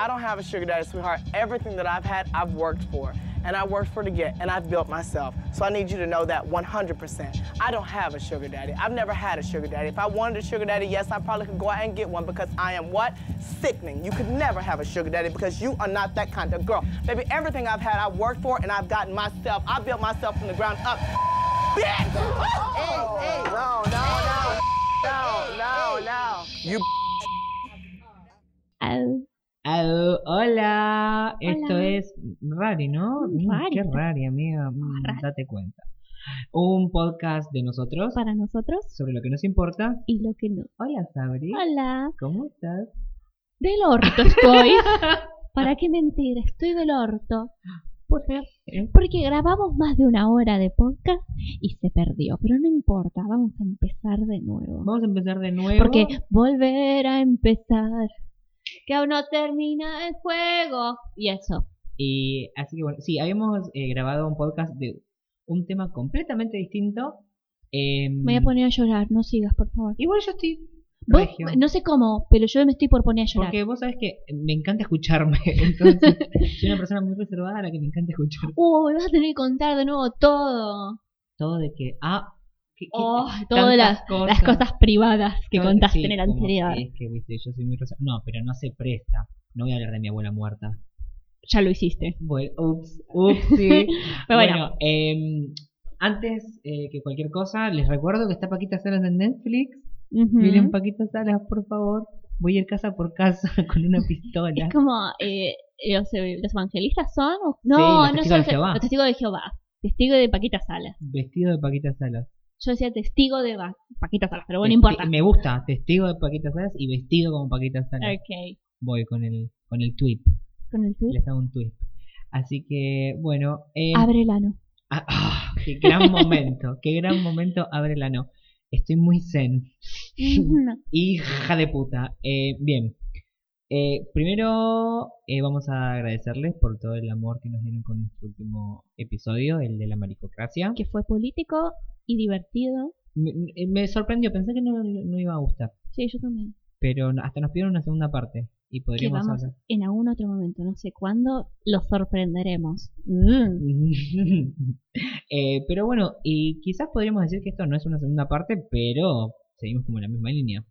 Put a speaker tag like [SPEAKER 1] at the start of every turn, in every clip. [SPEAKER 1] I don't have a sugar daddy, sweetheart. Everything that I've had, I've worked for. And I worked for to get, and I've built myself. So I need you to know that 100%. I don't have a sugar daddy. I've never had a sugar daddy. If I wanted a sugar daddy, yes, I probably could go out and get one because I am what? Sickening. You could never have a sugar daddy because you are not that kind of girl. Baby, everything I've had, I've worked for, and I've gotten myself. I built myself from the ground up. Bitch! Oh!
[SPEAKER 2] Hey, hey.
[SPEAKER 1] No, no, no. No, no, no. You
[SPEAKER 3] Au.
[SPEAKER 4] Au, hola. esto
[SPEAKER 3] Hola.
[SPEAKER 4] es Rari, ¿no?
[SPEAKER 3] Mm,
[SPEAKER 4] Mm,
[SPEAKER 3] Rari.
[SPEAKER 4] Qué Rari, amiga, Mm,
[SPEAKER 3] Rari.
[SPEAKER 4] date cuenta. Un podcast de nosotros
[SPEAKER 3] Para nosotros
[SPEAKER 4] sobre lo que nos importa.
[SPEAKER 3] y lo que no.
[SPEAKER 4] Hola, Sabri.
[SPEAKER 3] Hola.
[SPEAKER 4] ¿Cómo estás?
[SPEAKER 3] Del orto estoy. ¿Para qué mentir? Estoy del orto.
[SPEAKER 4] ¿Por qué? ¿Eh?
[SPEAKER 3] Porque grabamos más de una hora de podcast y se perdió. Pero no importa, vamos a empezar de nuevo.
[SPEAKER 4] Vamos a empezar de nuevo.
[SPEAKER 3] Porque volver a empezar. Que aún no termina el juego. Y eso.
[SPEAKER 4] Y así que bueno, sí, habíamos eh, grabado un podcast de un tema completamente distinto. Em,
[SPEAKER 3] Me voy a poner a llorar, no sigas, por favor.
[SPEAKER 4] Igual yo estoy.
[SPEAKER 3] Vos-
[SPEAKER 4] regio.
[SPEAKER 3] no sé cómo, pero yo me estoy por poner a llorar.
[SPEAKER 4] Porque vos sabés que me encanta escucharme. Entonces, soy una persona muy reservada a la que me encanta escuchar
[SPEAKER 3] Uh, me vas a tener que contar de nuevo todo.
[SPEAKER 4] todo de que. Ah, que- que-
[SPEAKER 3] Oh,
[SPEAKER 4] tantas
[SPEAKER 3] todas las, las cosas privadas que
[SPEAKER 4] todo-
[SPEAKER 3] contaste
[SPEAKER 4] sí,
[SPEAKER 3] en el
[SPEAKER 4] como
[SPEAKER 3] anterior.
[SPEAKER 4] que Es que, viste, yo soy muy reservada. No, pero no se presta. No voy a hablar de mi abuela muerta.
[SPEAKER 3] Ya lo hiciste.
[SPEAKER 4] Bueno, ups, upsi.
[SPEAKER 3] Pero bueno.
[SPEAKER 4] bueno, em, antes eh, que cualquier cosa, les recuerdo que está Paquita Salas en Netflix.
[SPEAKER 3] Ujú.
[SPEAKER 4] Miren Paquita Salas, por favor. Voy a ir casa por casa con una pistola.
[SPEAKER 3] Es como eh, los, eh, los evangelistas son. o- No,
[SPEAKER 4] los
[SPEAKER 3] no son
[SPEAKER 4] testigos de
[SPEAKER 3] los,
[SPEAKER 4] Jehová.
[SPEAKER 3] los testigos de Jehová. Testigo de Paquita Salas.
[SPEAKER 4] Vestido de Paquita Salas.
[SPEAKER 3] Yo decía testigo de Va- Paquita Salas, pero bueno, no
[SPEAKER 4] Testi-
[SPEAKER 3] importa.
[SPEAKER 4] Me gusta, testigo de Paquita Salas y vestido como Paquita Salas.
[SPEAKER 3] Ok.
[SPEAKER 4] Voy con el, con el tweet.
[SPEAKER 3] Con el tweet.
[SPEAKER 4] Les hago un tweet. Así que, bueno. eh,
[SPEAKER 3] Abre el ano.
[SPEAKER 4] ah, ah, qué gran momento, qué gran momento, ábrela, no. Estoy muy zen.
[SPEAKER 3] Ujú.
[SPEAKER 4] Hija de puta. Eh, bien. Eh, primero eh, vamos a agradecerles por todo el amor que nos dieron con nuestro último episodio, el de la maricocracia.
[SPEAKER 3] que fue político y divertido.
[SPEAKER 4] Me, eh, me sorprendió, pensé que no, no iba a gustar,
[SPEAKER 3] Sí, yo también.
[SPEAKER 4] pero no- hasta nos pidieron una segunda parte y
[SPEAKER 3] Que
[SPEAKER 4] podríamos
[SPEAKER 3] vamos
[SPEAKER 4] hablar.
[SPEAKER 3] en algún otro momento, no sé cuándo, los sorprenderemos. Mm.
[SPEAKER 4] Eh, pero bueno, y quizás podríamos decir que esto no es una segunda parte, pero seguimos como en la misma línea.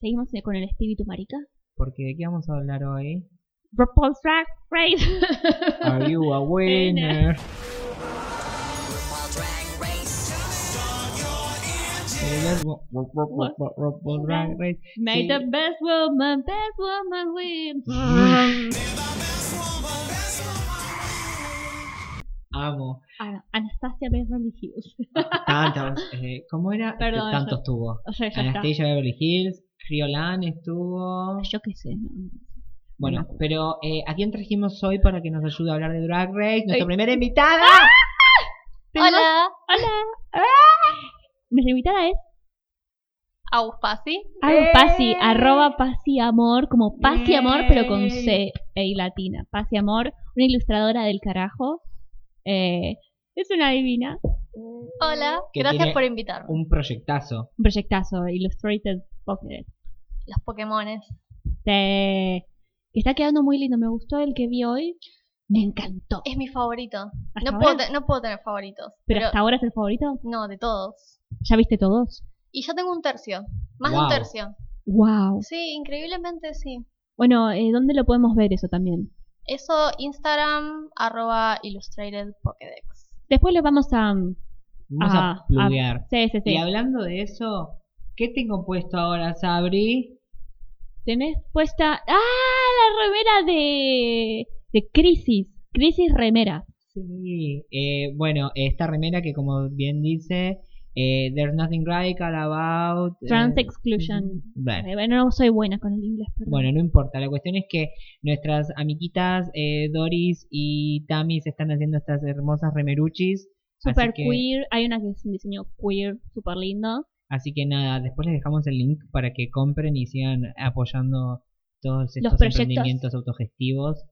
[SPEAKER 3] Seguimos eh, con el espíritu marica.
[SPEAKER 4] Porque ¿de qué vamos a hablar hoy?
[SPEAKER 3] RuPaul's Drag Race.
[SPEAKER 4] Are you a winner? Eh, wo- wo- wo- wo- wo- wo- wo- drag race.
[SPEAKER 3] May
[SPEAKER 4] Sí.
[SPEAKER 3] the best woman, best woman win. Ah,
[SPEAKER 4] Amo.
[SPEAKER 3] Ana- Anastasia Beverly Hills.
[SPEAKER 4] Tantos. eh, ¿Cómo era?
[SPEAKER 3] Perdón,
[SPEAKER 4] Tantos
[SPEAKER 3] yo-
[SPEAKER 4] tuvo.
[SPEAKER 3] O sea, ya está.
[SPEAKER 4] Anastasia Beverly Hills, Criolan estuvo.
[SPEAKER 3] Yo qué sé. no, no.
[SPEAKER 4] Bueno, pero eh, ¿a quién trajimos hoy para que nos ayude a hablar de Drag Race? Nuestra
[SPEAKER 3] Ay. ¡Ah!
[SPEAKER 4] primera invitada.
[SPEAKER 3] Tenemos-
[SPEAKER 5] Hola,
[SPEAKER 3] Hola. Ah. Nuestra invitada es
[SPEAKER 5] Aufasi.
[SPEAKER 3] Aru Pasi,
[SPEAKER 4] ¡Eh!
[SPEAKER 3] arroba Pasi Amor, como Pasi Amor, pero con
[SPEAKER 4] ¡Yay!
[SPEAKER 3] C E y latina. Pasi Amor, una ilustradora del carajo. Eh, es una divina.
[SPEAKER 5] Hola,
[SPEAKER 4] Que
[SPEAKER 5] gracias
[SPEAKER 4] tiene
[SPEAKER 5] por invitarme.
[SPEAKER 4] Un proyectazo.
[SPEAKER 3] Un proyectazo, Illustrated Pocket.
[SPEAKER 5] Los Pokémones.
[SPEAKER 3] Eh, que está quedando muy lindo. Me gustó el que vi hoy. Me encantó.
[SPEAKER 5] Es mi favorito.
[SPEAKER 3] Hasta
[SPEAKER 5] No
[SPEAKER 3] ahora-
[SPEAKER 5] puedo, te- no puedo tener favoritos.
[SPEAKER 3] pero
[SPEAKER 5] Pero,
[SPEAKER 3] hasta ahora es el favorito.
[SPEAKER 5] no, de todos.
[SPEAKER 3] ¿Ya viste todos?
[SPEAKER 5] Y ya tengo un tercio. Más de
[SPEAKER 4] Wow.
[SPEAKER 5] un tercio.
[SPEAKER 3] ¡Wow!
[SPEAKER 5] Sí, increíblemente sí.
[SPEAKER 3] Bueno, eh, ¿dónde lo podemos ver eso también?
[SPEAKER 5] Eso, Instagram, arroba Illustrated Pokédex.
[SPEAKER 3] Después lo vamos a.
[SPEAKER 4] Vamos
[SPEAKER 3] Ah,
[SPEAKER 4] a pluguear.
[SPEAKER 3] Sí, sí, sí.
[SPEAKER 4] Y hablando de eso, ¿qué tengo puesto ahora, Sabri?
[SPEAKER 3] Tenés puesta. ¡Ah! La remera de. de Crisis. Crisis Remera.
[SPEAKER 4] Sí. eh, bueno, esta remera que como bien dice, eh, There's nothing radical about... eh,
[SPEAKER 3] Trans Exclusion.
[SPEAKER 4] Bueno.
[SPEAKER 3] Eh, Bueno, no soy buena con el inglés, perdón.
[SPEAKER 4] Bueno, no importa. La cuestión es que nuestras amiguitas eh, Doris y Tammy se están haciendo estas hermosas remeruchis.
[SPEAKER 3] super
[SPEAKER 4] así que-
[SPEAKER 3] queer. Hay una que es un diseño queer, super lindo.
[SPEAKER 4] Así que nada, después les dejamos el link para que compren y sigan apoyando todos estos
[SPEAKER 3] proyectos.
[SPEAKER 4] emprendimientos autogestivos.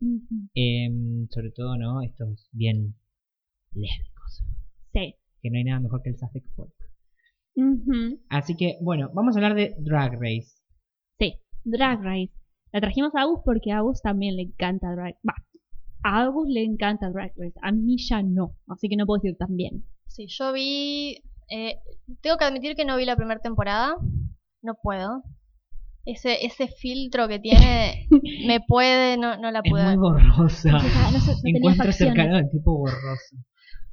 [SPEAKER 4] em, sobre todo, ¿no? Estos bien lésbicos.
[SPEAKER 3] Sí.
[SPEAKER 4] Que no hay nada mejor que el Suffolk Folk.
[SPEAKER 3] Ujú.
[SPEAKER 4] Así que, bueno, vamos a hablar de Drag Race.
[SPEAKER 3] Sí, Drag Race. La trajimos a Agus porque a Agus también le encanta Drag Va, a Agus le encanta Drag Race, a mí ya no, así que no puedo decir también.
[SPEAKER 5] Sí, yo vi. eh, tengo que admitir que no vi la primera temporada. No puedo. Ese, ese filtro que tiene me puede, no, no la
[SPEAKER 4] Es
[SPEAKER 5] puedo.
[SPEAKER 4] muy
[SPEAKER 5] ver.
[SPEAKER 4] borrosa.
[SPEAKER 3] no sé, no tenía
[SPEAKER 4] Encuentro
[SPEAKER 3] facciones.
[SPEAKER 4] cercano al tipo borroso.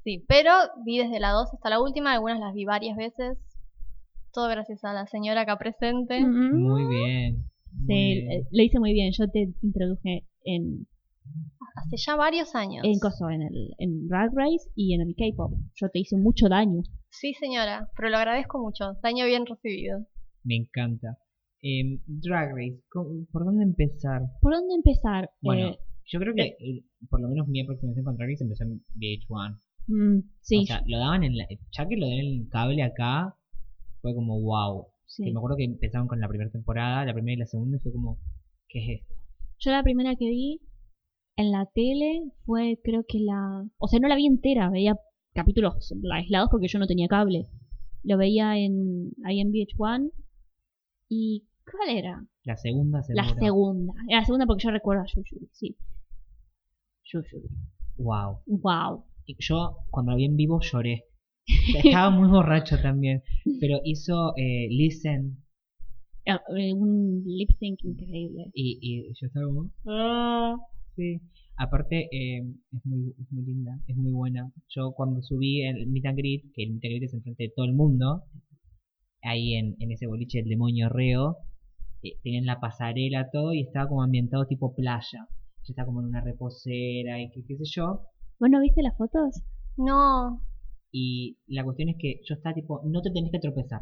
[SPEAKER 5] Sí, pero vi desde la 2 hasta la última, algunas las vi varias veces. Todo gracias a la señora acá presente.
[SPEAKER 3] Mm.
[SPEAKER 4] Muy bien. muy
[SPEAKER 3] Sí,
[SPEAKER 4] bien.
[SPEAKER 3] eh, lo hice muy bien, yo te introduje en,
[SPEAKER 5] Hace ya varios años.
[SPEAKER 3] en coso, en el en Drag Race y en el K-Pop. Yo te hice mucho daño.
[SPEAKER 5] Sí, señora, pero lo agradezco mucho. Daño bien recibido.
[SPEAKER 4] Me encanta. Em, Drag Race, ¿cómo- ¿por dónde empezar?
[SPEAKER 3] ¿Por dónde empezar?
[SPEAKER 4] Bueno,
[SPEAKER 3] Eh,
[SPEAKER 4] yo creo que eh, por lo menos mi aproximación con Drag Race empezó en VH1.
[SPEAKER 3] mm, sí,
[SPEAKER 4] O sea, lo daban en la, ya que lo den en el cable acá, fue como wow.
[SPEAKER 3] sí.
[SPEAKER 4] Que me acuerdo que empezaron con la primera temporada, la primera y la segunda, y fue como, ¿qué es esto?
[SPEAKER 3] Yo la primera que vi en la tele fue, creo que la. O sea, no la vi entera, veía capítulos aislados porque yo no tenía cable. Lo veía en, ahí en VH1. ¿Y cuál era?
[SPEAKER 4] La segunda, seguro.
[SPEAKER 3] La segunda. Era la segunda porque yo recuerdo a Yuyuri, sí. Yuyuri.
[SPEAKER 4] Wow.
[SPEAKER 3] Wow.
[SPEAKER 4] Y yo, cuando la vi en vivo, lloré. Estaba muy borracho también. Pero hizo eh, Listen.
[SPEAKER 3] Era, eh, Un lip sync increíble.
[SPEAKER 4] Y, y yo estaba como, "Ah", sí. Aparte, eh, es, muy, es muy linda, es muy buena. Yo cuando subí el Meet and Greet, que el Meet and Greet es enfrente de todo el mundo, ahí en, en ese boliche del demonio reo, eh, tenían la pasarela, todo, y estaba como ambientado tipo playa. Yo estaba como en una reposera y qué, qué sé yo.
[SPEAKER 3] ¿Vos no viste las fotos?
[SPEAKER 5] No,
[SPEAKER 4] Y la cuestión es que yo estaba tipo, no te tenés que tropezar.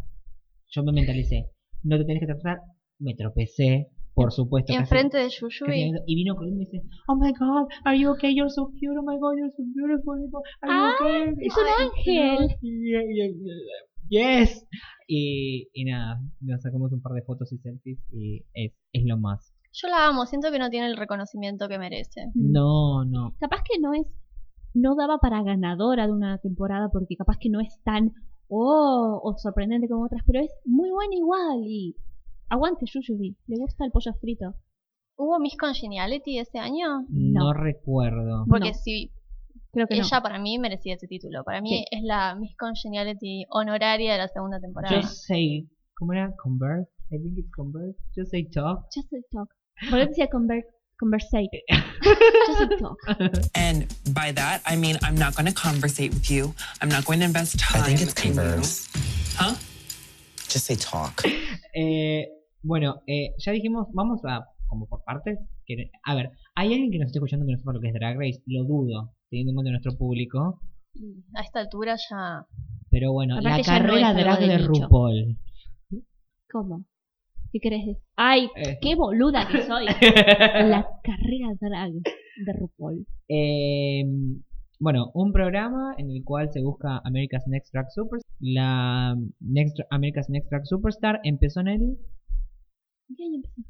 [SPEAKER 4] Yo me mentalicé, no te tenés que tropezar. Me tropecé, por supuesto. casi-
[SPEAKER 5] enfrente de
[SPEAKER 4] casi
[SPEAKER 5] Yuyuy.
[SPEAKER 4] me- Y vino corriendo y me dice, oh my god, are you okay? You're so cute, oh my god, you're so beautiful. Are you
[SPEAKER 3] Ah,
[SPEAKER 4] okay?
[SPEAKER 3] es un
[SPEAKER 4] Ay,
[SPEAKER 3] ángel.
[SPEAKER 4] no, y- y- y- Yes. Y, y nada, nos sacamos un par de fotos y selfies y es, es lo más.
[SPEAKER 5] Yo la amo, siento que no tiene el reconocimiento que merece.
[SPEAKER 3] Mm.
[SPEAKER 4] No, no.
[SPEAKER 3] capaz que no es no daba para ganadora de una temporada porque capaz que no es tan oh o sorprendente como otras pero es muy buena igual y aguante Yuyubi le gusta el pollo frito
[SPEAKER 5] ¿Hubo Miss Congeniality ese año?
[SPEAKER 3] No.
[SPEAKER 4] No, recuerdo.
[SPEAKER 5] Porque
[SPEAKER 3] No,
[SPEAKER 5] sí,
[SPEAKER 3] creo que
[SPEAKER 5] ella para mí merecía ese título. Para mí
[SPEAKER 3] Sí.
[SPEAKER 5] es la Miss Congeniality honoraria de la segunda temporada.
[SPEAKER 4] Yo sé, ¿cómo era? Convert. I think it's convert. Yo say talk.
[SPEAKER 3] no just a talk por qué decía conver conversate just a talk
[SPEAKER 2] And by that, I mean, I'm not going to conversate with you. I'm not going to invest time.
[SPEAKER 6] I think it's
[SPEAKER 2] in you.
[SPEAKER 6] converse.
[SPEAKER 2] Huh?
[SPEAKER 6] Just say talk.
[SPEAKER 4] Eh, bueno, eh, ya dijimos, vamos a, como por partes. que- a ver, ¿hay alguien que nos esté escuchando que no sepa lo que es Drag Race? Lo dudo, teniendo en cuenta nuestro público.
[SPEAKER 5] Y a esta altura ya.
[SPEAKER 4] Pero bueno,
[SPEAKER 3] Capaz
[SPEAKER 4] la
[SPEAKER 3] que ya no es
[SPEAKER 4] carrera
[SPEAKER 3] algo
[SPEAKER 4] drag
[SPEAKER 3] de
[SPEAKER 4] de
[SPEAKER 3] nicho.
[SPEAKER 4] RuPaul.
[SPEAKER 3] cómo qué querés decir? ay
[SPEAKER 4] Eh.
[SPEAKER 3] qué boluda que soy la carrera drag de RuPaul
[SPEAKER 4] Eh, bueno, un programa en el cual se busca America's Next Drag Superstar. La Next, America's Next Drag Superstar empezó en el...
[SPEAKER 3] ¿Qué año empezó?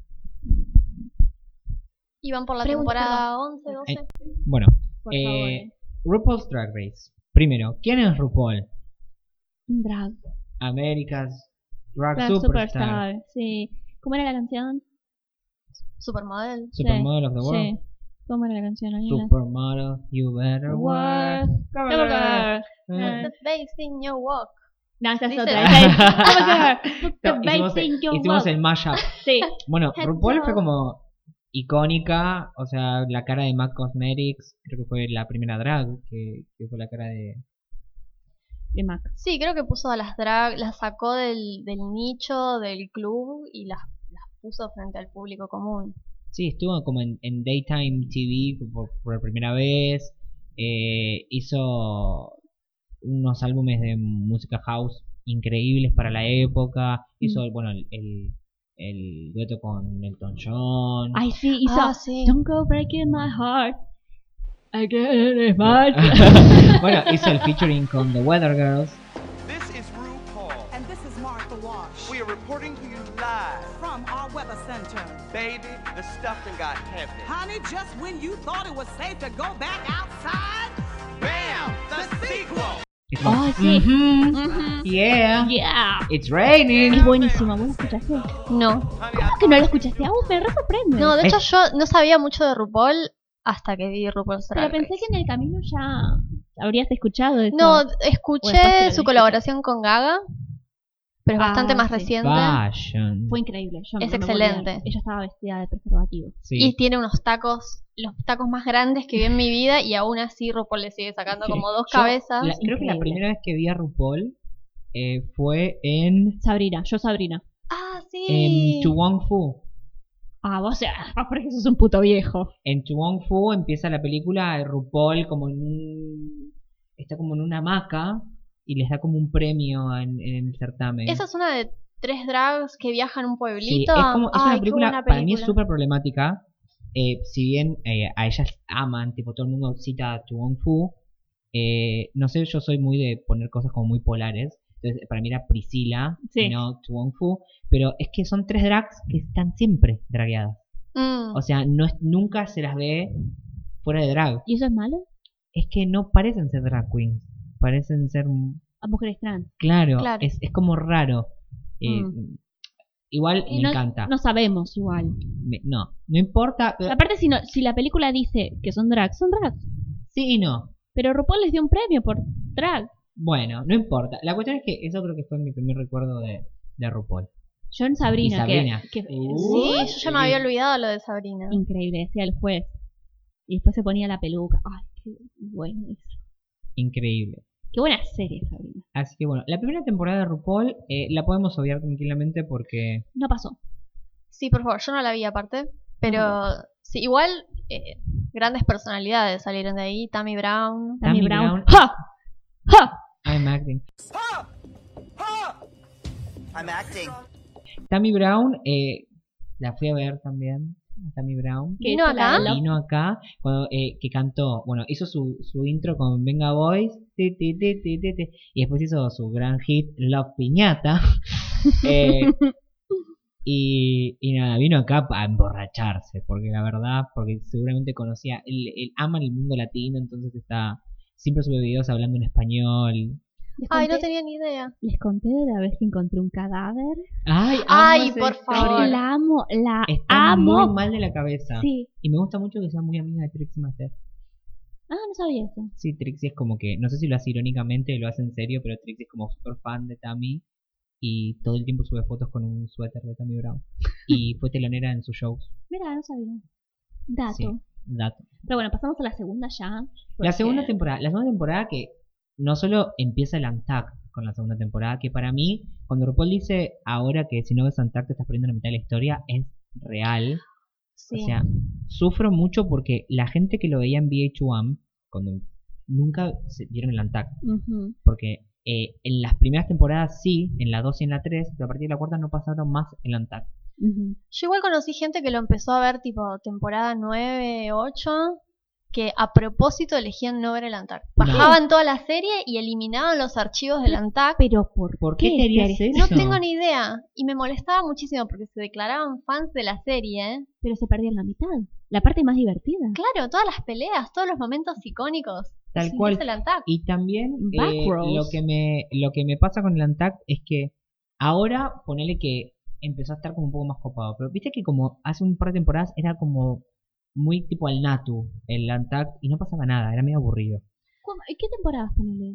[SPEAKER 5] Iban por la
[SPEAKER 3] Pregunta.
[SPEAKER 5] temporada 11, 12.
[SPEAKER 4] Eh, Bueno,
[SPEAKER 3] por
[SPEAKER 4] Eh,
[SPEAKER 3] favor eh.
[SPEAKER 4] RuPaul's Drag Race. Primero, ¿quién es RuPaul?
[SPEAKER 3] Un drag
[SPEAKER 4] America's Drag,
[SPEAKER 3] drag
[SPEAKER 4] Superstar.
[SPEAKER 3] superstar sí cómo era la canción
[SPEAKER 5] Supermodel.
[SPEAKER 4] Supermodel of the
[SPEAKER 3] Sí.
[SPEAKER 4] World.
[SPEAKER 3] ¿Cómo era la canción? Ahí la-
[SPEAKER 4] Supermodel, you better work.
[SPEAKER 3] Cover girl.
[SPEAKER 4] Eh.
[SPEAKER 5] Put the bass in your walk.
[SPEAKER 3] No, esa es
[SPEAKER 5] Dice-
[SPEAKER 3] otra. esa es Cover girl. Put the
[SPEAKER 4] No, hicimos,
[SPEAKER 3] bass
[SPEAKER 4] el-
[SPEAKER 3] in your
[SPEAKER 4] hicimos
[SPEAKER 3] mouth.
[SPEAKER 4] el mashup.
[SPEAKER 3] Sí.
[SPEAKER 4] Bueno,
[SPEAKER 5] Hello.
[SPEAKER 4] RuPaul fue como icónica, o sea, la cara de Mac Cosmetics, creo que fue la primera drag que, que fue la cara de...
[SPEAKER 3] De Mac.
[SPEAKER 5] Sí, creo que puso a las drag, las sacó del, del nicho, del club y las, las puso frente al público común.
[SPEAKER 4] Sí, estuvo como en, en Daytime TV por, por primera vez, eh, hizo unos álbumes de música house increíbles para la época, hizo, bueno, el, el, el dueto con Elton John.
[SPEAKER 3] Ay, sí, hizo.
[SPEAKER 5] Ah, sí.
[SPEAKER 3] Don't go breaking my heart. I get it, it's mine.
[SPEAKER 4] bueno, hizo el featuring con The Weather Girls.
[SPEAKER 7] This is RuPaul.
[SPEAKER 8] And this is Martha Wash
[SPEAKER 7] We are reporting to you live.
[SPEAKER 8] from our weather center.
[SPEAKER 7] Baby, the stuff done got heavy.
[SPEAKER 8] Honey, just when you thought it was safe to go back outside,
[SPEAKER 7] Bam! The sequel!
[SPEAKER 4] que es como,
[SPEAKER 3] Ay, sí.
[SPEAKER 4] "Mhm,
[SPEAKER 5] Ujú.
[SPEAKER 4] yeah,
[SPEAKER 3] Yeah.
[SPEAKER 4] it's raining.
[SPEAKER 3] Ah. Es buenísima, ¿vos la escuchaste?
[SPEAKER 5] No.
[SPEAKER 7] Honey,
[SPEAKER 3] ¿Cómo que no la escuchaste? Ah, vos me re sorprende.
[SPEAKER 5] No, de hecho
[SPEAKER 4] Es-
[SPEAKER 5] yo no sabía mucho de RuPaul hasta que vi RuPaul's
[SPEAKER 3] pero
[SPEAKER 5] Drag
[SPEAKER 3] pensé
[SPEAKER 5] Race.
[SPEAKER 3] que en el camino ya habrías escuchado eso.
[SPEAKER 5] No,
[SPEAKER 3] O después te lo
[SPEAKER 5] escuché
[SPEAKER 3] dije.
[SPEAKER 5] su colaboración con Gaga, pero es
[SPEAKER 3] Ah,
[SPEAKER 5] bastante más
[SPEAKER 3] sí.
[SPEAKER 5] reciente.
[SPEAKER 4] Fashion.
[SPEAKER 3] Fue increíble. yo
[SPEAKER 5] Es
[SPEAKER 3] no me puedo olvidar.
[SPEAKER 5] excelente.
[SPEAKER 3] Ella estaba vestida de preservativo.
[SPEAKER 4] Sí.
[SPEAKER 5] Y tiene unos tacos, los tacos más grandes que vi en mi vida y aún así RuPaul le sigue sacando como dos
[SPEAKER 4] Yo
[SPEAKER 5] cabezas.
[SPEAKER 4] la- creo que la
[SPEAKER 3] Increíble.
[SPEAKER 4] primera vez que vi a RuPaul eh, fue en,
[SPEAKER 3] Sabrina, yo Sabrina.
[SPEAKER 5] Ah, sí.
[SPEAKER 4] en Tu Wong Fu.
[SPEAKER 3] Ah, vos, ah, porque sos un puto viejo.
[SPEAKER 4] En Tu Wong Fu empieza la película, RuPaul como en un, está como en una hamaca y les da como un premio en, en el certamen.
[SPEAKER 5] Esa es una de tres drags que viajan a un
[SPEAKER 4] Sí,
[SPEAKER 5] pueblito.
[SPEAKER 4] es, como, es
[SPEAKER 5] Ay,
[SPEAKER 4] una
[SPEAKER 5] qué
[SPEAKER 4] película,
[SPEAKER 5] buena
[SPEAKER 4] para mí es
[SPEAKER 5] película.
[SPEAKER 4] súper problemática. eh, si bien eh, a ellas aman, tipo todo el mundo cita a Tu Wong Fu, eh, no sé, yo soy muy de poner cosas como muy polares. Entonces, para mí era Priscila,
[SPEAKER 3] Sí.
[SPEAKER 4] y no Tu Wong Fu. Pero es que son tres drags que están siempre dragueadas.
[SPEAKER 5] Mm.
[SPEAKER 4] O sea, no es- nunca se las ve fuera de drag.
[SPEAKER 3] ¿Y eso es malo?
[SPEAKER 4] Es que no parecen ser drag queens. Parecen ser
[SPEAKER 3] A mujeres trans.
[SPEAKER 4] Claro,
[SPEAKER 5] Claro.
[SPEAKER 4] Es, es como raro. Eh,
[SPEAKER 3] Mm.
[SPEAKER 4] Igual
[SPEAKER 3] Y
[SPEAKER 4] me
[SPEAKER 3] no,
[SPEAKER 4] encanta.
[SPEAKER 3] No sabemos igual.
[SPEAKER 4] Me- no, no importa. pero-
[SPEAKER 3] Aparte, si, no, si la película dice que son drags, son drags.
[SPEAKER 4] sí y no.
[SPEAKER 3] Pero RuPaul les dio un premio por drag.
[SPEAKER 4] Bueno, no importa. La cuestión es que eso creo que fue mi primer recuerdo de, de RuPaul.
[SPEAKER 3] Yo en Sabrina.
[SPEAKER 4] Y Sabrina.
[SPEAKER 3] Que, que-
[SPEAKER 4] Uh.
[SPEAKER 5] Sí, yo ya me había olvidado lo de Sabrina.
[SPEAKER 4] Mm.
[SPEAKER 3] Increíble, decía el juez. Y después se ponía la peluca. Ay, qué bueno eso.
[SPEAKER 4] Increíble.
[SPEAKER 3] Qué buena serie, Sabrina.
[SPEAKER 4] Así que bueno, la primera temporada de RuPaul eh, la podemos obviar tranquilamente porque
[SPEAKER 3] No pasó.
[SPEAKER 5] Sí, por favor, yo no la vi aparte. Pero sí, igual eh, grandes personalidades salieron de ahí. Tammy Brown.
[SPEAKER 3] Tammy,
[SPEAKER 4] Tammy
[SPEAKER 3] Brown.
[SPEAKER 4] Brown.
[SPEAKER 3] ¡Ja! ¡Ja!
[SPEAKER 4] I'm acting.
[SPEAKER 6] I'm acting.
[SPEAKER 4] Tammy Brown, eh, la fui a ver también. a Tammy Brown.
[SPEAKER 3] Que
[SPEAKER 5] ¿Vino
[SPEAKER 3] hizo la
[SPEAKER 5] acá?
[SPEAKER 3] de Love-
[SPEAKER 4] vino acá cuando, eh, que cantó, bueno, hizo su, su intro con Venga Boys ti, ti, ti, ti, ti, ti, y después hizo su gran hit Love Piñata. Eh, y, y nada, vino acá a emborracharse, porque la verdad, porque seguramente conocía, él, él ama el mundo latino, entonces está, siempre sube videos hablando en español.
[SPEAKER 3] Les
[SPEAKER 5] Ay, no
[SPEAKER 3] conté-
[SPEAKER 5] tenía ni idea.
[SPEAKER 3] Les conté de la vez que encontré un cadáver.
[SPEAKER 4] Ay, amo
[SPEAKER 5] Ay,
[SPEAKER 4] esa
[SPEAKER 5] por
[SPEAKER 4] historia.
[SPEAKER 5] favor.
[SPEAKER 3] La amo, la
[SPEAKER 4] Está
[SPEAKER 3] amo.
[SPEAKER 4] muy mal de la cabeza.
[SPEAKER 3] Sí.
[SPEAKER 4] Y me gusta mucho que sea muy amiga de Trixie Mattel.
[SPEAKER 3] Ah, no sabía eso.
[SPEAKER 4] Sí, Trixie es como que, no sé si lo hace irónicamente o lo hace en serio, pero Trixie es como súper fan de Tammy y todo el tiempo sube fotos con un suéter de Tammy Brown. Y fue telonera en sus shows.
[SPEAKER 3] Mira, no sabía. Dato.
[SPEAKER 4] Sí, dato.
[SPEAKER 3] Pero bueno, pasamos a la segunda ya.
[SPEAKER 4] La
[SPEAKER 3] porque-
[SPEAKER 4] segunda temporada, la segunda temporada que no solo empieza el Antac con la segunda temporada, que para mí, cuando RuPaul dice ahora que si no ves Antac te estás perdiendo la mitad de la historia, es real.
[SPEAKER 5] Sí.
[SPEAKER 4] O sea, sufro mucho porque la gente que lo veía en VH1, cuando nunca se vieron el Antac,
[SPEAKER 3] Ujú.
[SPEAKER 4] porque eh, en las primeras temporadas sí, en la 2 y en la 3, pero a partir de la cuarta no pasaron más el Antac.
[SPEAKER 3] Ujú.
[SPEAKER 5] Yo igual conocí gente que lo empezó a ver tipo temporada 9, 8, que a propósito elegían no ver el ANTAC. Bajaban toda la serie y eliminaban los archivos del ANTAC.
[SPEAKER 3] Pero por,
[SPEAKER 4] ¿Por qué, querías
[SPEAKER 3] querés?
[SPEAKER 4] eso?
[SPEAKER 5] No tengo ni idea. Y me molestaba muchísimo porque se declaraban fans de la serie.
[SPEAKER 3] Pero se perdió en la mitad. La parte más divertida.
[SPEAKER 5] Claro, todas las peleas, todos los momentos icónicos.
[SPEAKER 4] Tal
[SPEAKER 5] Sí,
[SPEAKER 4] cual.
[SPEAKER 5] es el ANTAC.
[SPEAKER 4] Y también eh,
[SPEAKER 3] Backroads.
[SPEAKER 4] lo, que me, lo que me pasa con el Antac es que ahora ponele que empezó a estar como un poco más copado, pero viste que como hace un par de temporadas era como muy tipo al Natu el Antac y no pasaba nada, era medio aburrido.
[SPEAKER 3] ¿Cómo- ¿Qué temporadas ponele?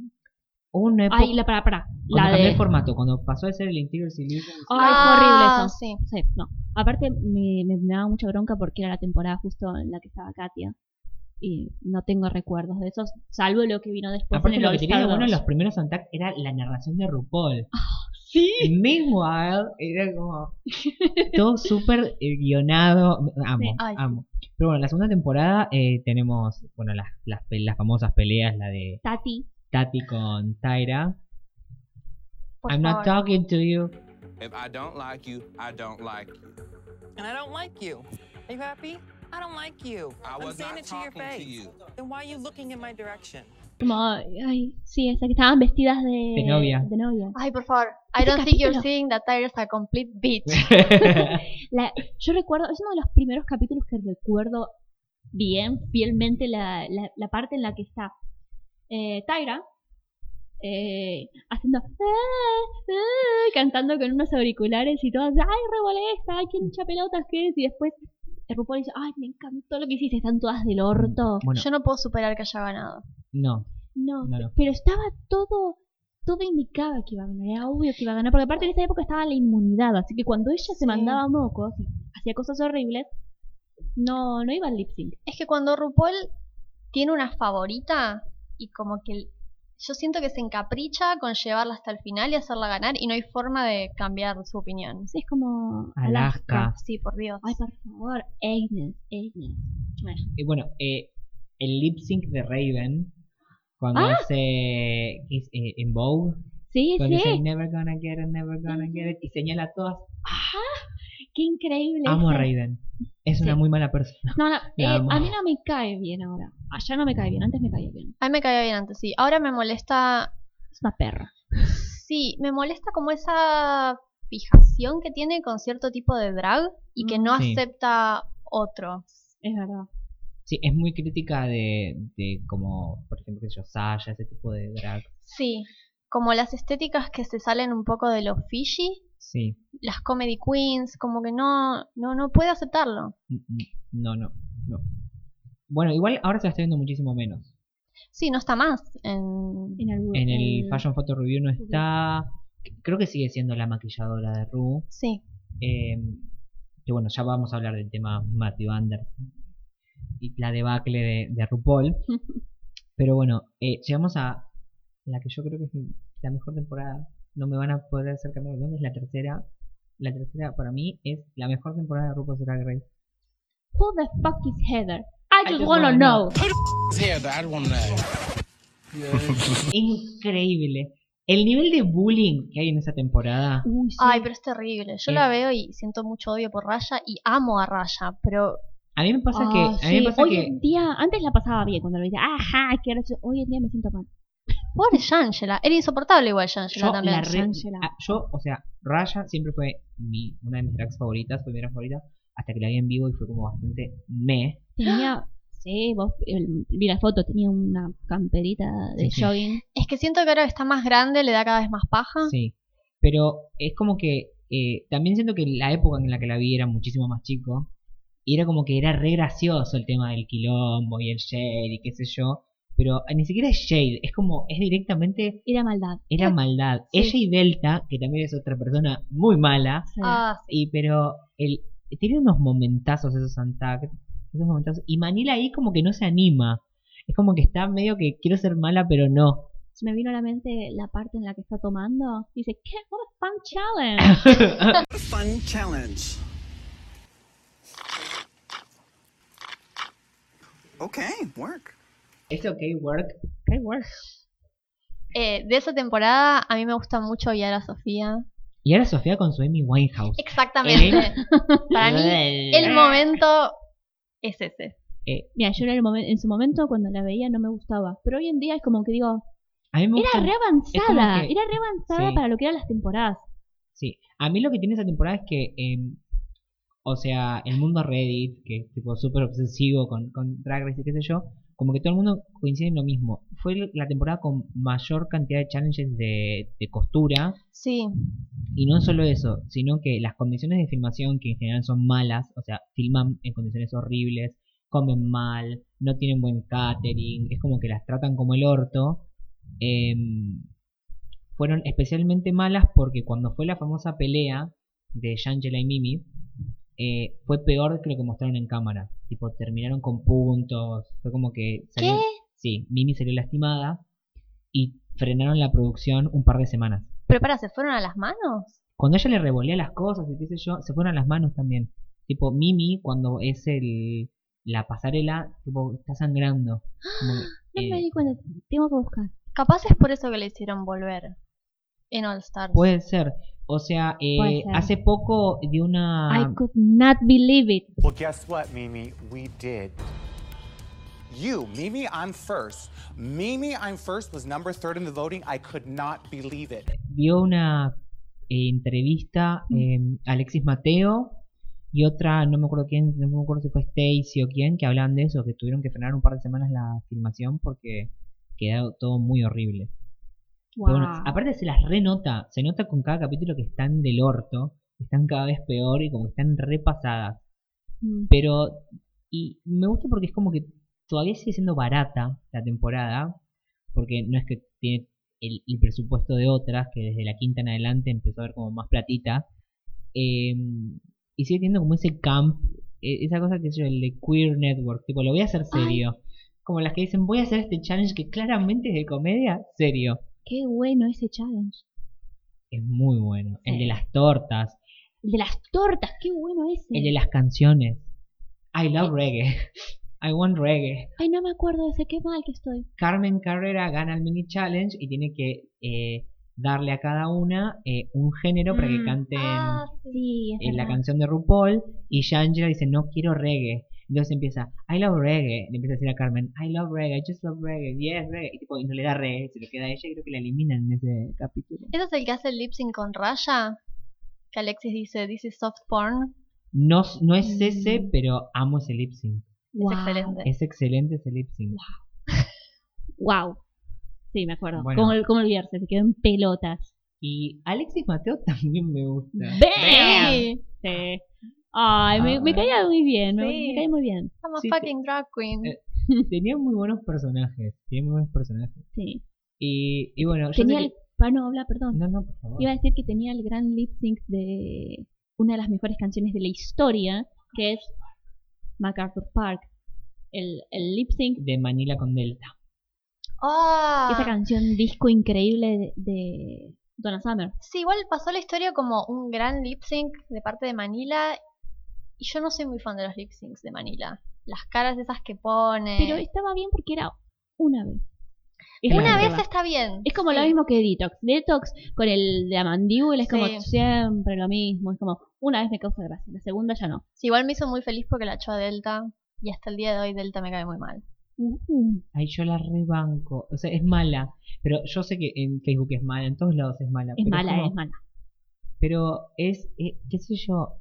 [SPEAKER 4] Hubo una época
[SPEAKER 3] Ay, la para, para.
[SPEAKER 4] cuando
[SPEAKER 3] La
[SPEAKER 4] cambió
[SPEAKER 3] de.
[SPEAKER 4] el formato, cuando pasó de ser el Interior Civilization.
[SPEAKER 3] Ay,
[SPEAKER 5] Ah,
[SPEAKER 3] fue horrible eso.
[SPEAKER 5] sí.
[SPEAKER 3] Sí, no. Aparte, me, me, me daba mucha bronca porque era la temporada justo en la que estaba Katia. Y no tengo recuerdos de esos, salvo lo que vino después
[SPEAKER 4] Aparte
[SPEAKER 3] en el
[SPEAKER 4] lo que tenía de
[SPEAKER 3] All-Star
[SPEAKER 4] bueno en
[SPEAKER 3] 2.
[SPEAKER 4] los primeros Antac era la narración de RuPaul.
[SPEAKER 3] Sí.
[SPEAKER 4] Meanwhile, era como todo súper eh, guionado. Amo,
[SPEAKER 3] Sí.
[SPEAKER 5] Ay, sí.
[SPEAKER 4] amo. Pero bueno, la segunda temporada eh, tenemos, bueno, las, las, pe- las famosas peleas, la de
[SPEAKER 3] Tati.
[SPEAKER 4] Tati con Tyra.
[SPEAKER 5] Por
[SPEAKER 4] I'm not
[SPEAKER 5] favor.
[SPEAKER 4] talking to you.
[SPEAKER 7] If I don't like you, I don't like you.
[SPEAKER 2] And I don't like you. Are you happy? I don't like you.
[SPEAKER 7] I
[SPEAKER 2] I'm
[SPEAKER 7] was
[SPEAKER 2] saying
[SPEAKER 7] not
[SPEAKER 2] it to your
[SPEAKER 7] talking to
[SPEAKER 2] face.
[SPEAKER 7] you.
[SPEAKER 2] Then why are you looking in my direction?
[SPEAKER 3] Como, ay, sí, esa que estaban vestidas de.
[SPEAKER 4] De novia.
[SPEAKER 3] De novia.
[SPEAKER 5] Ay, por favor. I
[SPEAKER 3] Ese
[SPEAKER 5] don't think you're
[SPEAKER 3] Este capítulo.
[SPEAKER 5] seeing that Tyra's a complete bitch.
[SPEAKER 3] La- yo recuerdo, es uno de los primeros capítulos que recuerdo bien, fielmente, la, la, la parte en la que está eh, Tyra eh, haciendo "Ah, ah", cantando con unos auriculares y todas, ay, re molesta, ay, qué hincha pelotas que es, y después RuPaul dice, ay, me encantó lo que hiciste, están todas del orto.
[SPEAKER 4] Bueno,
[SPEAKER 5] Yo no puedo superar que haya ganado.
[SPEAKER 4] no.
[SPEAKER 3] No,
[SPEAKER 4] No, no.
[SPEAKER 3] pero estaba todo, todo indicaba que iba a ganar, era obvio que iba a ganar, porque aparte en esa época estaba la inmunidad, así que cuando ella se mandaba mocos y hacía cosas horribles, no, no iba al lip sync.
[SPEAKER 5] Es que cuando RuPaul tiene una favorita y como que el- yo siento que se encapricha con llevarla hasta el final y hacerla ganar y no hay forma de cambiar su opinión.
[SPEAKER 3] Es como
[SPEAKER 4] Alaska.
[SPEAKER 5] Sí, por Dios.
[SPEAKER 3] Ah. Ay, por favor, Agnes, Agnes. Bueno,
[SPEAKER 4] Y bueno, eh, el lip sync de Raven, cuando
[SPEAKER 3] Ah.
[SPEAKER 4] hace que es, eh, en Vogue,
[SPEAKER 3] Sí,
[SPEAKER 4] cuando dice
[SPEAKER 3] sí,
[SPEAKER 4] Never gonna get it, never gonna get it, y señala a todas,
[SPEAKER 3] qué increíble.
[SPEAKER 4] amo a
[SPEAKER 3] esa-
[SPEAKER 4] Raven, es una
[SPEAKER 3] Sí.
[SPEAKER 4] muy mala persona.
[SPEAKER 3] No, no, eh,
[SPEAKER 4] amo.
[SPEAKER 3] a mí no me cae bien ahora. Allá no me cae bien, antes me caía bien.
[SPEAKER 5] A mí me caía bien antes, sí. Ahora me molesta.
[SPEAKER 3] Es una perra.
[SPEAKER 5] Sí, me molesta como esa fijación que tiene con cierto tipo de drag y que
[SPEAKER 3] Mm.
[SPEAKER 5] no
[SPEAKER 4] Sí.
[SPEAKER 5] acepta otro.
[SPEAKER 3] Es verdad.
[SPEAKER 4] Sí, es muy crítica de, de como, por ejemplo, que yo, Sasha, ese tipo de drag.
[SPEAKER 5] Sí, como las estéticas que se salen un poco de lo fishy,
[SPEAKER 4] Sí,
[SPEAKER 5] las comedy queens, como que no, no, no puede aceptarlo.
[SPEAKER 4] Mm, mm, no, no, no. Bueno, igual ahora se la está viendo muchísimo menos.
[SPEAKER 5] Sí, no está más en...
[SPEAKER 3] En el,
[SPEAKER 4] En el
[SPEAKER 3] en-
[SPEAKER 4] Fashion Photo Review no está, creo que sigue siendo la maquilladora de Ru.
[SPEAKER 5] Sí,
[SPEAKER 4] Eh, que bueno, ya vamos a hablar del tema Matthew Anderson y la debacle de, de RuPaul. Pero bueno, eh, llegamos a la que yo creo que es mi- la mejor temporada. No me van a poder hacer cambiar de es la tercera. La tercera para mí es la mejor temporada de RuPaul's Drag Race.
[SPEAKER 3] Who the fuck is Heather? I just, wanna know.
[SPEAKER 6] Yeah, but I don't want to know.
[SPEAKER 4] Increíble. El nivel de bullying que hay en esa temporada.
[SPEAKER 3] Uy, sí.
[SPEAKER 5] Ay, pero es terrible. Yo
[SPEAKER 4] Eh.
[SPEAKER 5] la veo y siento mucho odio por Raya y amo a Raya, pero
[SPEAKER 4] A mí me pasa
[SPEAKER 3] Ah,
[SPEAKER 4] que. A mí
[SPEAKER 3] sí.
[SPEAKER 4] me pasa
[SPEAKER 3] hoy
[SPEAKER 4] que-
[SPEAKER 3] en día, antes la pasaba bien cuando lo decía, ajá, que ahora yo- hoy en día me siento mal.
[SPEAKER 5] pobre Shangela. Era insoportable igual Shangela
[SPEAKER 4] yo
[SPEAKER 5] también.
[SPEAKER 4] la re-
[SPEAKER 3] Shangela.
[SPEAKER 4] ah, yo, o sea, Raya siempre fue mi, una de mis drags favoritas, fue mi drag favorita, hasta que la vi en vivo y fue como bastante me.
[SPEAKER 3] Tenía, sí, vos el- vi la foto, tenía una camperita de
[SPEAKER 4] Sí, sí.
[SPEAKER 3] jogging.
[SPEAKER 5] Es que siento que ahora que está más grande le da cada vez más paja.
[SPEAKER 4] Sí. Pero es como que eh, también siento que la época en la que la vi era muchísimo más chico. Y era como que era re gracioso el tema del quilombo y el shade y qué sé yo. Pero eh, ni siquiera es shade, es como, es directamente,
[SPEAKER 3] Era maldad.
[SPEAKER 4] era maldad.
[SPEAKER 5] Sí.
[SPEAKER 4] Ella y Delta, que también es otra persona muy mala,
[SPEAKER 3] Sí.
[SPEAKER 5] Ah, sí.
[SPEAKER 4] Y pero el, tiene unos momentazos esos Santa esos momentazos. Y Manila ahí como que no se anima. Es como que está medio que quiero ser mala, pero no.
[SPEAKER 3] Se me vino a la mente la parte en la que está tomando. Dice, ¿qué? What a fun challenge.
[SPEAKER 8] Fun challenge. Okay, work.
[SPEAKER 4] Es ok, work. Ok, work.
[SPEAKER 5] Eh, de esa temporada a mí me gusta mucho Yara Sofía.
[SPEAKER 4] Y ahora Sofía con su Amy Winehouse.
[SPEAKER 5] Exactamente. Para mí el momento es ese.
[SPEAKER 3] Mira, yo en, el momen- en su momento cuando la veía no me gustaba. Pero hoy en día es como que digo,
[SPEAKER 4] A mí me
[SPEAKER 3] era
[SPEAKER 4] gusta-
[SPEAKER 3] re
[SPEAKER 4] es como
[SPEAKER 3] avanzada.
[SPEAKER 4] que-
[SPEAKER 3] Era re avanzada
[SPEAKER 4] Sí.
[SPEAKER 3] para lo que eran las temporadas.
[SPEAKER 4] Sí. A mí lo que tiene esa temporada es que, em, o sea, el mundo Reddit, que es tipo súper obsesivo con, con Drag Race y qué sé yo, como que todo el mundo coincide en lo mismo. Fue la temporada con mayor cantidad de challenges de, de costura.
[SPEAKER 5] Sí.
[SPEAKER 4] Y no solo eso, sino que las condiciones de filmación, que en general son malas, o sea, filman en condiciones horribles, comen mal, no tienen buen catering, es como que las tratan como el orto, em, fueron especialmente malas porque cuando fue la famosa pelea de Shangela y Mimi, eh, fue peor que lo que mostraron en cámara. Tipo, terminaron con puntos, fue como que... salió-
[SPEAKER 5] ¿Qué?
[SPEAKER 4] Sí, Mimi salió lastimada y frenaron la producción un par de semanas
[SPEAKER 5] Pero para, ¿se fueron a las manos?
[SPEAKER 4] cuando ella le revolea las cosas y qué sé yo, se fueron a las manos también. Tipo, Mimi, cuando es el la pasarela, tipo, está sangrando. Como
[SPEAKER 3] ¡Ah! No
[SPEAKER 4] que, eh,
[SPEAKER 3] me di cuenta, tengo que buscar.
[SPEAKER 5] Capaz es por eso que le hicieron volver en All Stars.
[SPEAKER 4] puede ser. O sea, eh,
[SPEAKER 3] Puede ser.
[SPEAKER 4] hace poco de
[SPEAKER 3] I
[SPEAKER 4] una...
[SPEAKER 3] could not believe it.
[SPEAKER 9] Well, guess what, Mimi? We did.
[SPEAKER 10] You, Mimi, I'm first. Mimi, I'm first was number third in the voting. I could not believe it.
[SPEAKER 4] dio una eh, entrevista
[SPEAKER 3] Mm.
[SPEAKER 4] eh, Alexis Mateo y otra, no me acuerdo quién, no me acuerdo si fue Stacy o quién, que hablaban de eso, que tuvieron que frenar un par de semanas la filmación porque quedó todo muy horrible.
[SPEAKER 3] Guau.
[SPEAKER 4] Pero bueno, ah. aparte se las renota, se nota con cada capítulo que están del orto, que están cada vez peor y como que están repasadas.
[SPEAKER 3] Mm.
[SPEAKER 4] Pero, y me gusta porque es como que todavía sigue siendo barata la temporada, porque no es que tiene el, el presupuesto de otras, que desde la quinta en adelante empezó a haber como más platita. Eh, y sigue teniendo como ese camp, e- esa cosa que es el de Queer Network, tipo, lo voy a hacer serio. Como las que dicen, voy a hacer este challenge que claramente es de comedia, serio.
[SPEAKER 3] Qué bueno ese challenge.
[SPEAKER 4] Es muy bueno. El
[SPEAKER 3] Sí.
[SPEAKER 4] de las tortas,
[SPEAKER 3] El de las tortas, qué bueno ese.
[SPEAKER 4] el de las canciones. I love reggae. I want reggae.
[SPEAKER 3] Ay, no me acuerdo de ese, qué mal que estoy.
[SPEAKER 4] Carmen Carrera gana el mini challenge y tiene que eh, darle a cada una eh, un género para que
[SPEAKER 5] Mm.
[SPEAKER 4] canten
[SPEAKER 5] Ah,
[SPEAKER 3] Sí, es
[SPEAKER 4] eh, la
[SPEAKER 3] verdad.
[SPEAKER 4] canción de RuPaul. Y Shangela dice, no quiero reggae. Entonces empieza, I love reggae. Le empieza a decir a Carmen, I love reggae, I just love reggae, yes, reggae. Y, tipo, y no le da reggae, se lo queda a ella y creo que la eliminan en ese capítulo.
[SPEAKER 5] ¿Ese es el que hace el lip sync con Raya? Que Alexis dice, this is soft porn.
[SPEAKER 4] No, no es
[SPEAKER 3] Mm.
[SPEAKER 4] ese, pero amo ese lip sync.
[SPEAKER 3] Guau.
[SPEAKER 5] excelente.
[SPEAKER 4] Es excelente ese lip sync.
[SPEAKER 3] Wow. Sí, me acuerdo.
[SPEAKER 4] Bueno.
[SPEAKER 3] ¿Cómo, cómo olvidarse? Se quedó en pelotas.
[SPEAKER 4] Y Alexis Mateo también me gusta.
[SPEAKER 3] ¡Bam!
[SPEAKER 5] Sí,
[SPEAKER 3] Sí. Ay, me, me
[SPEAKER 4] Ah.
[SPEAKER 3] caía muy bien, me,
[SPEAKER 5] Sí.
[SPEAKER 3] me caía muy bien.
[SPEAKER 5] I'm a
[SPEAKER 4] Sí,
[SPEAKER 5] fucking drag queen.
[SPEAKER 4] Eh, Tenía muy buenos personajes. Tenía muy buenos personajes.
[SPEAKER 3] Sí.
[SPEAKER 4] Y, y bueno, yo
[SPEAKER 3] Tenía
[SPEAKER 4] sé
[SPEAKER 3] el... Ah, no, habla,
[SPEAKER 4] que-
[SPEAKER 3] perdón.
[SPEAKER 4] No, no, por favor.
[SPEAKER 3] Iba a decir que tenía el gran lip sync de una de las mejores canciones de la historia, que es MacArthur Park. El, el lip sync,
[SPEAKER 4] De Manila con Delta.
[SPEAKER 5] Ah.
[SPEAKER 3] esa canción disco increíble de, de Donna Summer.
[SPEAKER 5] Sí, igual pasó la historia como un gran lip sync de parte de Manila. Y yo no soy muy fan de los lip syncs de Manila. Las caras esas que pone.
[SPEAKER 3] Pero estaba bien porque era una vez. Es
[SPEAKER 4] Una
[SPEAKER 5] una
[SPEAKER 3] la
[SPEAKER 5] vez
[SPEAKER 3] prueba.
[SPEAKER 5] está bien.
[SPEAKER 3] Es como lo
[SPEAKER 5] sí.
[SPEAKER 3] mismo que Detox. Detox con el de la mandíbula es como
[SPEAKER 5] Sí.
[SPEAKER 3] siempre lo mismo. Es como una vez me causa gracia, la segunda ya no.
[SPEAKER 5] Sí, igual me hizo muy feliz porque la echó a Delta. Y hasta el día de hoy Delta me cae muy mal.
[SPEAKER 3] Mm,
[SPEAKER 4] Ay, yo la rebanco. O sea, es mala. Pero yo sé que en Facebook es mala, en todos lados es mala.
[SPEAKER 3] Es
[SPEAKER 4] pero
[SPEAKER 3] mala,
[SPEAKER 4] como-
[SPEAKER 3] es mala.
[SPEAKER 4] Pero es, eh, qué sé yo.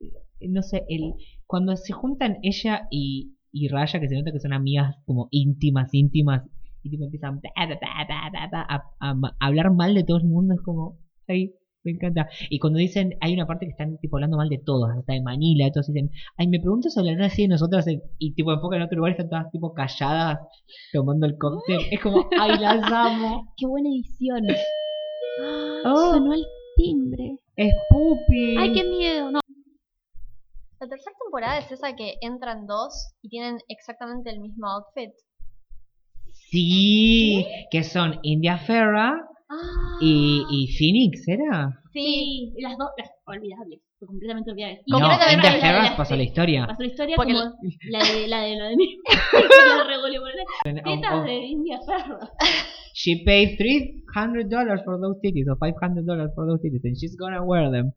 [SPEAKER 4] eh, No sé, el, cuando se juntan ella y, y Raya, que se nota que son amigas como íntimas, íntimas, y tipo empiezan bla, bla, bla, bla, bla, bla, a, a ma- a hablar mal de todo el mundo, es como, ay, me encanta. Y cuando dicen, hay una parte que están tipo hablando mal de todos, hasta de Manila, todos dicen, ay, me pregunto si hablarán así de nosotras, eh, y tipo enfocan en otro lugar, y están todas tipo calladas, tomando el cóctel. Es como, ay, las amo.
[SPEAKER 3] Qué buena edición.
[SPEAKER 4] Oh.
[SPEAKER 5] Ah,
[SPEAKER 3] Sonó el timbre.
[SPEAKER 4] Es pupi.
[SPEAKER 3] Ay, qué miedo. No,
[SPEAKER 5] La tercera temporada es esa que entran dos y tienen exactamente el mismo outfit.
[SPEAKER 4] Sí, que son India Ferra y, y Phoenix, ¿era?
[SPEAKER 3] Ah, Sí, las dos, las olvidables, completamente olvidables. Y
[SPEAKER 5] No,
[SPEAKER 3] la otra
[SPEAKER 5] India
[SPEAKER 3] vez
[SPEAKER 5] Ferra
[SPEAKER 3] la de-
[SPEAKER 4] pasó la historia.
[SPEAKER 3] Pasó la historia
[SPEAKER 5] Porque
[SPEAKER 3] como la de la de lo de mí. la revolucionaria.
[SPEAKER 4] Oh,
[SPEAKER 3] Tetas
[SPEAKER 4] oh.
[SPEAKER 3] de India Ferro.
[SPEAKER 4] She paid $300 for those titties or $500 for those titties and she's gonna wear them.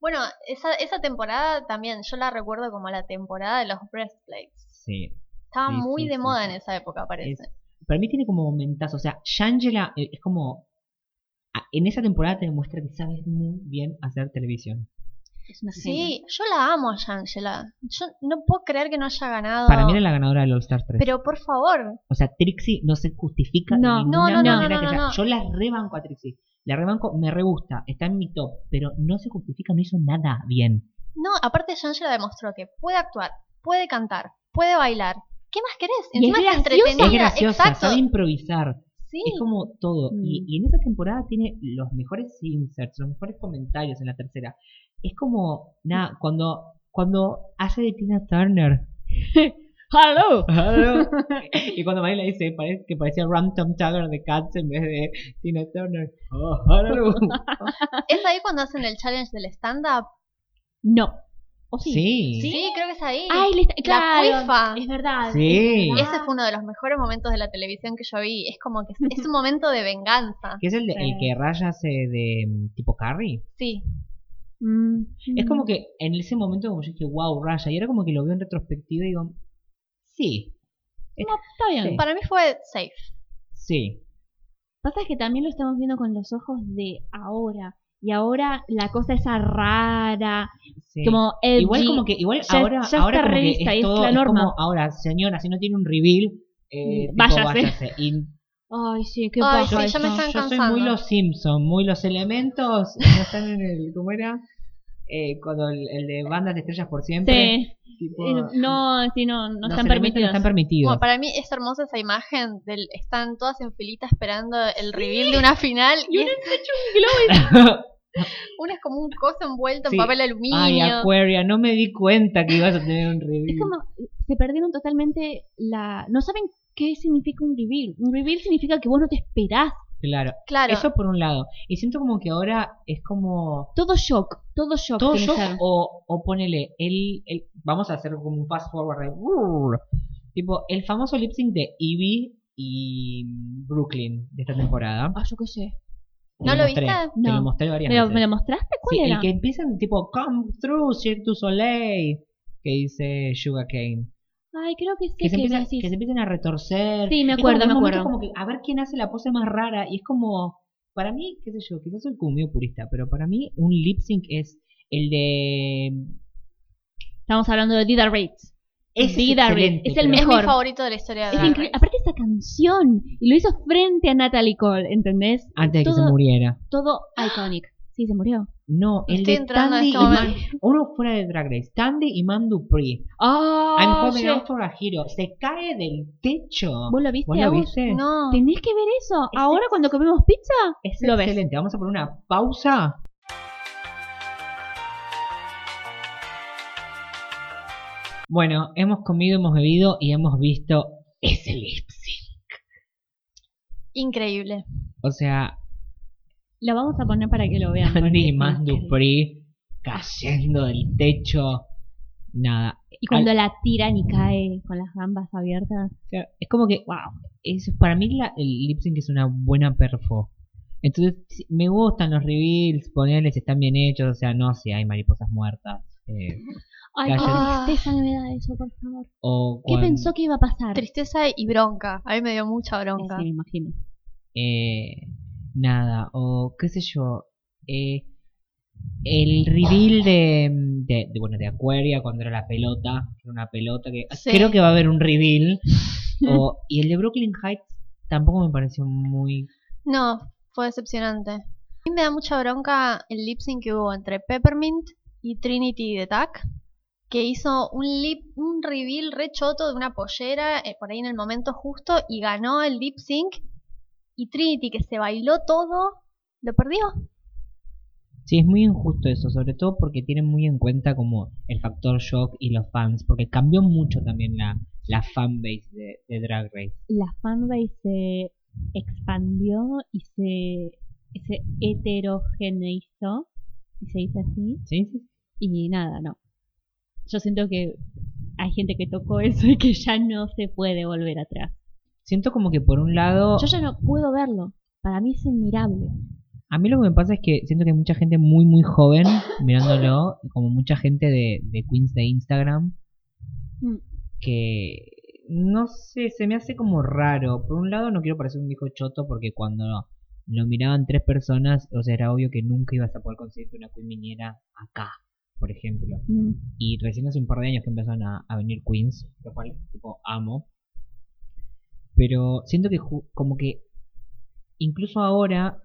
[SPEAKER 5] Bueno, esa, esa temporada también, yo la recuerdo como la temporada de los breastplates.
[SPEAKER 4] Sí.
[SPEAKER 5] Estaba
[SPEAKER 4] Sí,
[SPEAKER 5] muy
[SPEAKER 4] sí,
[SPEAKER 5] de
[SPEAKER 4] sí,
[SPEAKER 5] moda
[SPEAKER 4] sí.
[SPEAKER 5] en esa época, parece.
[SPEAKER 4] Es- para mí tiene como momentazos. O sea, Shangela eh, es como... a- En esa temporada te demuestra que sabes muy bien hacer televisión.
[SPEAKER 3] Es una genia.
[SPEAKER 5] Sí, yo la amo a Shangela. Yo no puedo creer que no haya ganado.
[SPEAKER 4] Para mí era la ganadora del All Star 3.
[SPEAKER 5] Pero por favor,
[SPEAKER 4] O sea, Trixie no se justifica
[SPEAKER 3] No,
[SPEAKER 4] de
[SPEAKER 3] no,
[SPEAKER 4] ninguna
[SPEAKER 5] no, no,
[SPEAKER 4] manera
[SPEAKER 5] no,
[SPEAKER 4] que
[SPEAKER 5] no,
[SPEAKER 4] sea.
[SPEAKER 5] no.
[SPEAKER 4] Yo la rebanco a Trixie. La rebanco, me re gusta, está en mi top, pero no se justifica, no hizo nada bien.
[SPEAKER 5] no, aparte Shangela demostró que puede actuar, puede cantar, puede bailar. ¿Qué más querés?
[SPEAKER 3] Y es
[SPEAKER 5] Encima es,
[SPEAKER 3] graciosa.
[SPEAKER 5] entretenida.
[SPEAKER 4] es graciosa,
[SPEAKER 5] Exacto.
[SPEAKER 4] sabe improvisar,
[SPEAKER 5] Sí.
[SPEAKER 4] es como todo. Y,
[SPEAKER 3] Mm.
[SPEAKER 4] y en esa temporada tiene los mejores inserts, los mejores comentarios en la tercera. Es como,
[SPEAKER 5] Mm.
[SPEAKER 4] nada, cuando, cuando hace de Tina Turner.
[SPEAKER 3] Hello.
[SPEAKER 4] y cuando Mariela dice "Parece que parecía Ram Tom Tugger de Cats en vez de Tina Turner. Oh,
[SPEAKER 5] ¿Es ahí cuando hacen el challenge del stand-up?
[SPEAKER 3] No. ¿O sí?
[SPEAKER 4] sí.
[SPEAKER 5] Sí. creo que es ahí.
[SPEAKER 3] Ay, le está- claro.
[SPEAKER 5] cuifa.
[SPEAKER 3] Es verdad.
[SPEAKER 4] Sí.
[SPEAKER 3] es
[SPEAKER 5] Y
[SPEAKER 3] verdad.
[SPEAKER 5] ese fue uno de los mejores momentos de la televisión que yo vi. Es como que es un momento de venganza.
[SPEAKER 4] Que es el, de- el que Raya hace de mm, tipo Carrie.
[SPEAKER 5] Sí.
[SPEAKER 3] Mm.
[SPEAKER 4] Es como que en ese momento como yo dije, wow, Raya. Y era como que lo veo en retrospectiva y digo, sí,
[SPEAKER 3] Está bien.
[SPEAKER 4] Sí.
[SPEAKER 5] Para mí fue safe.
[SPEAKER 4] sí.
[SPEAKER 3] Pasa que también lo estamos viendo con los ojos de ahora. Y ahora la cosa esa rara,
[SPEAKER 4] sí.
[SPEAKER 3] como edgy.
[SPEAKER 4] igual como que, igual
[SPEAKER 3] ya-
[SPEAKER 4] ahora,
[SPEAKER 3] ya está
[SPEAKER 4] ahora como que
[SPEAKER 3] revista,
[SPEAKER 4] es
[SPEAKER 3] es
[SPEAKER 4] todo,
[SPEAKER 3] la
[SPEAKER 4] es
[SPEAKER 3] norma. Mm,
[SPEAKER 4] como ahora, señora, si no tiene un reveal, eh, tipo,
[SPEAKER 3] Váyase.
[SPEAKER 4] váyase. Y
[SPEAKER 3] Ay, sí, qué
[SPEAKER 5] Ay,
[SPEAKER 3] paja
[SPEAKER 5] sí, ya me
[SPEAKER 3] eso.
[SPEAKER 5] están
[SPEAKER 4] Yo soy
[SPEAKER 5] cansando.
[SPEAKER 4] muy los Simpsons, muy los elementos. No están en el. ¿Cómo era? Eh, cuando el, el de bandas de estrellas por siempre.
[SPEAKER 3] Sí.
[SPEAKER 4] tipo,
[SPEAKER 3] Eh, No, sí, no, no
[SPEAKER 4] los
[SPEAKER 3] están
[SPEAKER 4] elementos no
[SPEAKER 3] permitidos.
[SPEAKER 4] están permitidos.
[SPEAKER 5] Bueno, para mí es hermosa esa imagen del están todas en filita esperando el reveal de una final y,
[SPEAKER 3] Y una
[SPEAKER 5] es-
[SPEAKER 3] escucha un globo
[SPEAKER 5] una es como un coso envuelto
[SPEAKER 4] Sí.
[SPEAKER 5] en papel aluminio.
[SPEAKER 4] Ay, Aquaria, no me di cuenta que ibas a tener un
[SPEAKER 3] y-
[SPEAKER 4] review.
[SPEAKER 3] Es como, se perdieron totalmente la... No saben qué significa un reveal. Un reveal significa que vos no te esperás.
[SPEAKER 4] Claro.
[SPEAKER 5] claro.
[SPEAKER 4] Eso por un lado. Y siento como que ahora es como.
[SPEAKER 3] Todo shock, todo shock.
[SPEAKER 4] Todo
[SPEAKER 3] tiene que
[SPEAKER 4] shock
[SPEAKER 3] ser.
[SPEAKER 4] o, o ponele. El, el- vamos a hacer como un fast forward. de- brrr. tipo, el famoso lip sync de Evie y Brooklyn de esta temporada.
[SPEAKER 3] Ah, yo qué sé.
[SPEAKER 4] Te
[SPEAKER 5] ¿No lo
[SPEAKER 4] mostré,
[SPEAKER 5] viste?
[SPEAKER 4] Te lo
[SPEAKER 3] No.
[SPEAKER 4] mostré varias
[SPEAKER 3] ¿Me lo,
[SPEAKER 4] veces.
[SPEAKER 3] me lo mostraste? ¿Cuál
[SPEAKER 4] Sí,
[SPEAKER 3] era?
[SPEAKER 4] el que empiezan tipo, come through, Cirque du Soleil, que dice Sugarcane.
[SPEAKER 3] Ay, creo que sí
[SPEAKER 4] Que,
[SPEAKER 3] que,
[SPEAKER 4] se empieza-
[SPEAKER 3] decís.
[SPEAKER 4] que se empiezan a retorcer.
[SPEAKER 3] Sí, me
[SPEAKER 4] Es como que
[SPEAKER 3] acuerdo,
[SPEAKER 4] en
[SPEAKER 3] me
[SPEAKER 4] un momento
[SPEAKER 3] acuerdo.
[SPEAKER 4] como que a ver quién hace la pose más rara. Y es como, para mí, qué sé yo, quizás soy como medio purista, pero para mí un lip sync es el de...
[SPEAKER 3] Estamos hablando de Dida Rates.
[SPEAKER 4] Ese
[SPEAKER 3] Vida Reed,
[SPEAKER 4] excelente,
[SPEAKER 3] es el
[SPEAKER 4] pero-
[SPEAKER 5] es mi
[SPEAKER 3] mejor.
[SPEAKER 5] favorito de la historia de
[SPEAKER 3] Es
[SPEAKER 5] Drag
[SPEAKER 3] increíble.
[SPEAKER 5] Race.
[SPEAKER 3] Aparte esa canción. Y lo hizo frente a Natalie Cole, ¿entendés?
[SPEAKER 4] Antes de que se
[SPEAKER 3] Todo-
[SPEAKER 4] muriera.
[SPEAKER 3] Todo
[SPEAKER 5] Ah.
[SPEAKER 3] iconic. Sí, se murió.
[SPEAKER 4] No, el
[SPEAKER 5] Estoy
[SPEAKER 4] de
[SPEAKER 5] entrando en
[SPEAKER 4] Tandy
[SPEAKER 5] este
[SPEAKER 4] y Man-
[SPEAKER 5] momento.
[SPEAKER 4] Uno fuera de Drag Race. Tandy y Man Dupree.
[SPEAKER 3] Oh,
[SPEAKER 4] I'm coming
[SPEAKER 3] shit.
[SPEAKER 4] out for a hero. Se cae del techo.
[SPEAKER 3] ¿Vos lo viste,
[SPEAKER 4] ¿Vos lo
[SPEAKER 3] Agus?
[SPEAKER 4] viste?
[SPEAKER 5] No.
[SPEAKER 3] ¿Tenés que ver eso?
[SPEAKER 4] Es
[SPEAKER 3] Ahora
[SPEAKER 4] ex-
[SPEAKER 3] cuando comemos pizza,
[SPEAKER 4] Es
[SPEAKER 3] lo ves.
[SPEAKER 4] excelente. Vamos a poner una pausa. Bueno, hemos comido, hemos bebido y hemos visto ese lip sync.
[SPEAKER 5] Increíble.
[SPEAKER 4] O sea,
[SPEAKER 3] Lo vamos a poner para que lo vean.
[SPEAKER 4] Andy y
[SPEAKER 3] porque-
[SPEAKER 4] más Dupree cayendo del techo. Nada.
[SPEAKER 3] Y cuando la tiran y cae con las gambas abiertas.
[SPEAKER 4] Claro, Es como que, wow, es, para mí la- el lip sync es una buena perfo. Entonces, sí, me gustan los reveals, ponerles están bien hechos, o sea, no sé, hay mariposas muertas. eh,
[SPEAKER 3] Ay, qué
[SPEAKER 5] Calla.
[SPEAKER 3] tristeza que me da eso, por favor. ¿Qué
[SPEAKER 4] o cuando,
[SPEAKER 3] pensó que iba a pasar?
[SPEAKER 5] Tristeza y bronca. A mí me dio mucha
[SPEAKER 3] Sí,
[SPEAKER 5] bronca.
[SPEAKER 3] me imagino.
[SPEAKER 4] eh, nada, o qué sé yo, eh, el reveal de, de, de, bueno, de Aquaria cuando era la pelota, era una pelota que
[SPEAKER 5] Sí.
[SPEAKER 4] creo que va a haber un reveal, o, y el de Brooklyn Heights tampoco me pareció muy...
[SPEAKER 5] No, fue decepcionante. A mí me da mucha bronca el lip sync que hubo entre Peppermint y Trinity de Tac, que hizo un lip, un reveal re choto de una pollera eh, por ahí en el momento justo y ganó el lip sync. Y Trinity, que se bailó todo, lo perdió.
[SPEAKER 4] Sí, es muy injusto eso, sobre todo porque tienen muy en cuenta como el factor shock y los fans, porque cambió mucho también la, la fanbase de, de Drag Race.
[SPEAKER 3] La fanbase se expandió y se, se heterogeneizó, si se dice así.
[SPEAKER 4] ¿Sí? sí.
[SPEAKER 3] Y nada, no. Yo siento que hay gente que tocó eso y que ya no se puede volver atrás.
[SPEAKER 4] Siento como que por un lado...
[SPEAKER 3] Yo ya no puedo verlo. Para mí es inmirable.
[SPEAKER 4] A mí lo que me pasa es que siento que hay mucha gente muy, muy joven mirándolo, como mucha gente de, de Queens de Instagram,
[SPEAKER 3] Mm.
[SPEAKER 4] que no sé, se me hace como raro. Por un lado, no quiero parecer un viejo choto porque cuando lo miraban tres personas, o sea, era obvio que nunca ibas a poder conseguirte una Queen miniera acá, por ejemplo.
[SPEAKER 3] Mm.
[SPEAKER 4] Y recién hace un par de años que empezaron a, a venir Queens, lo cual tipo amo. Pero siento que ju- como que incluso ahora,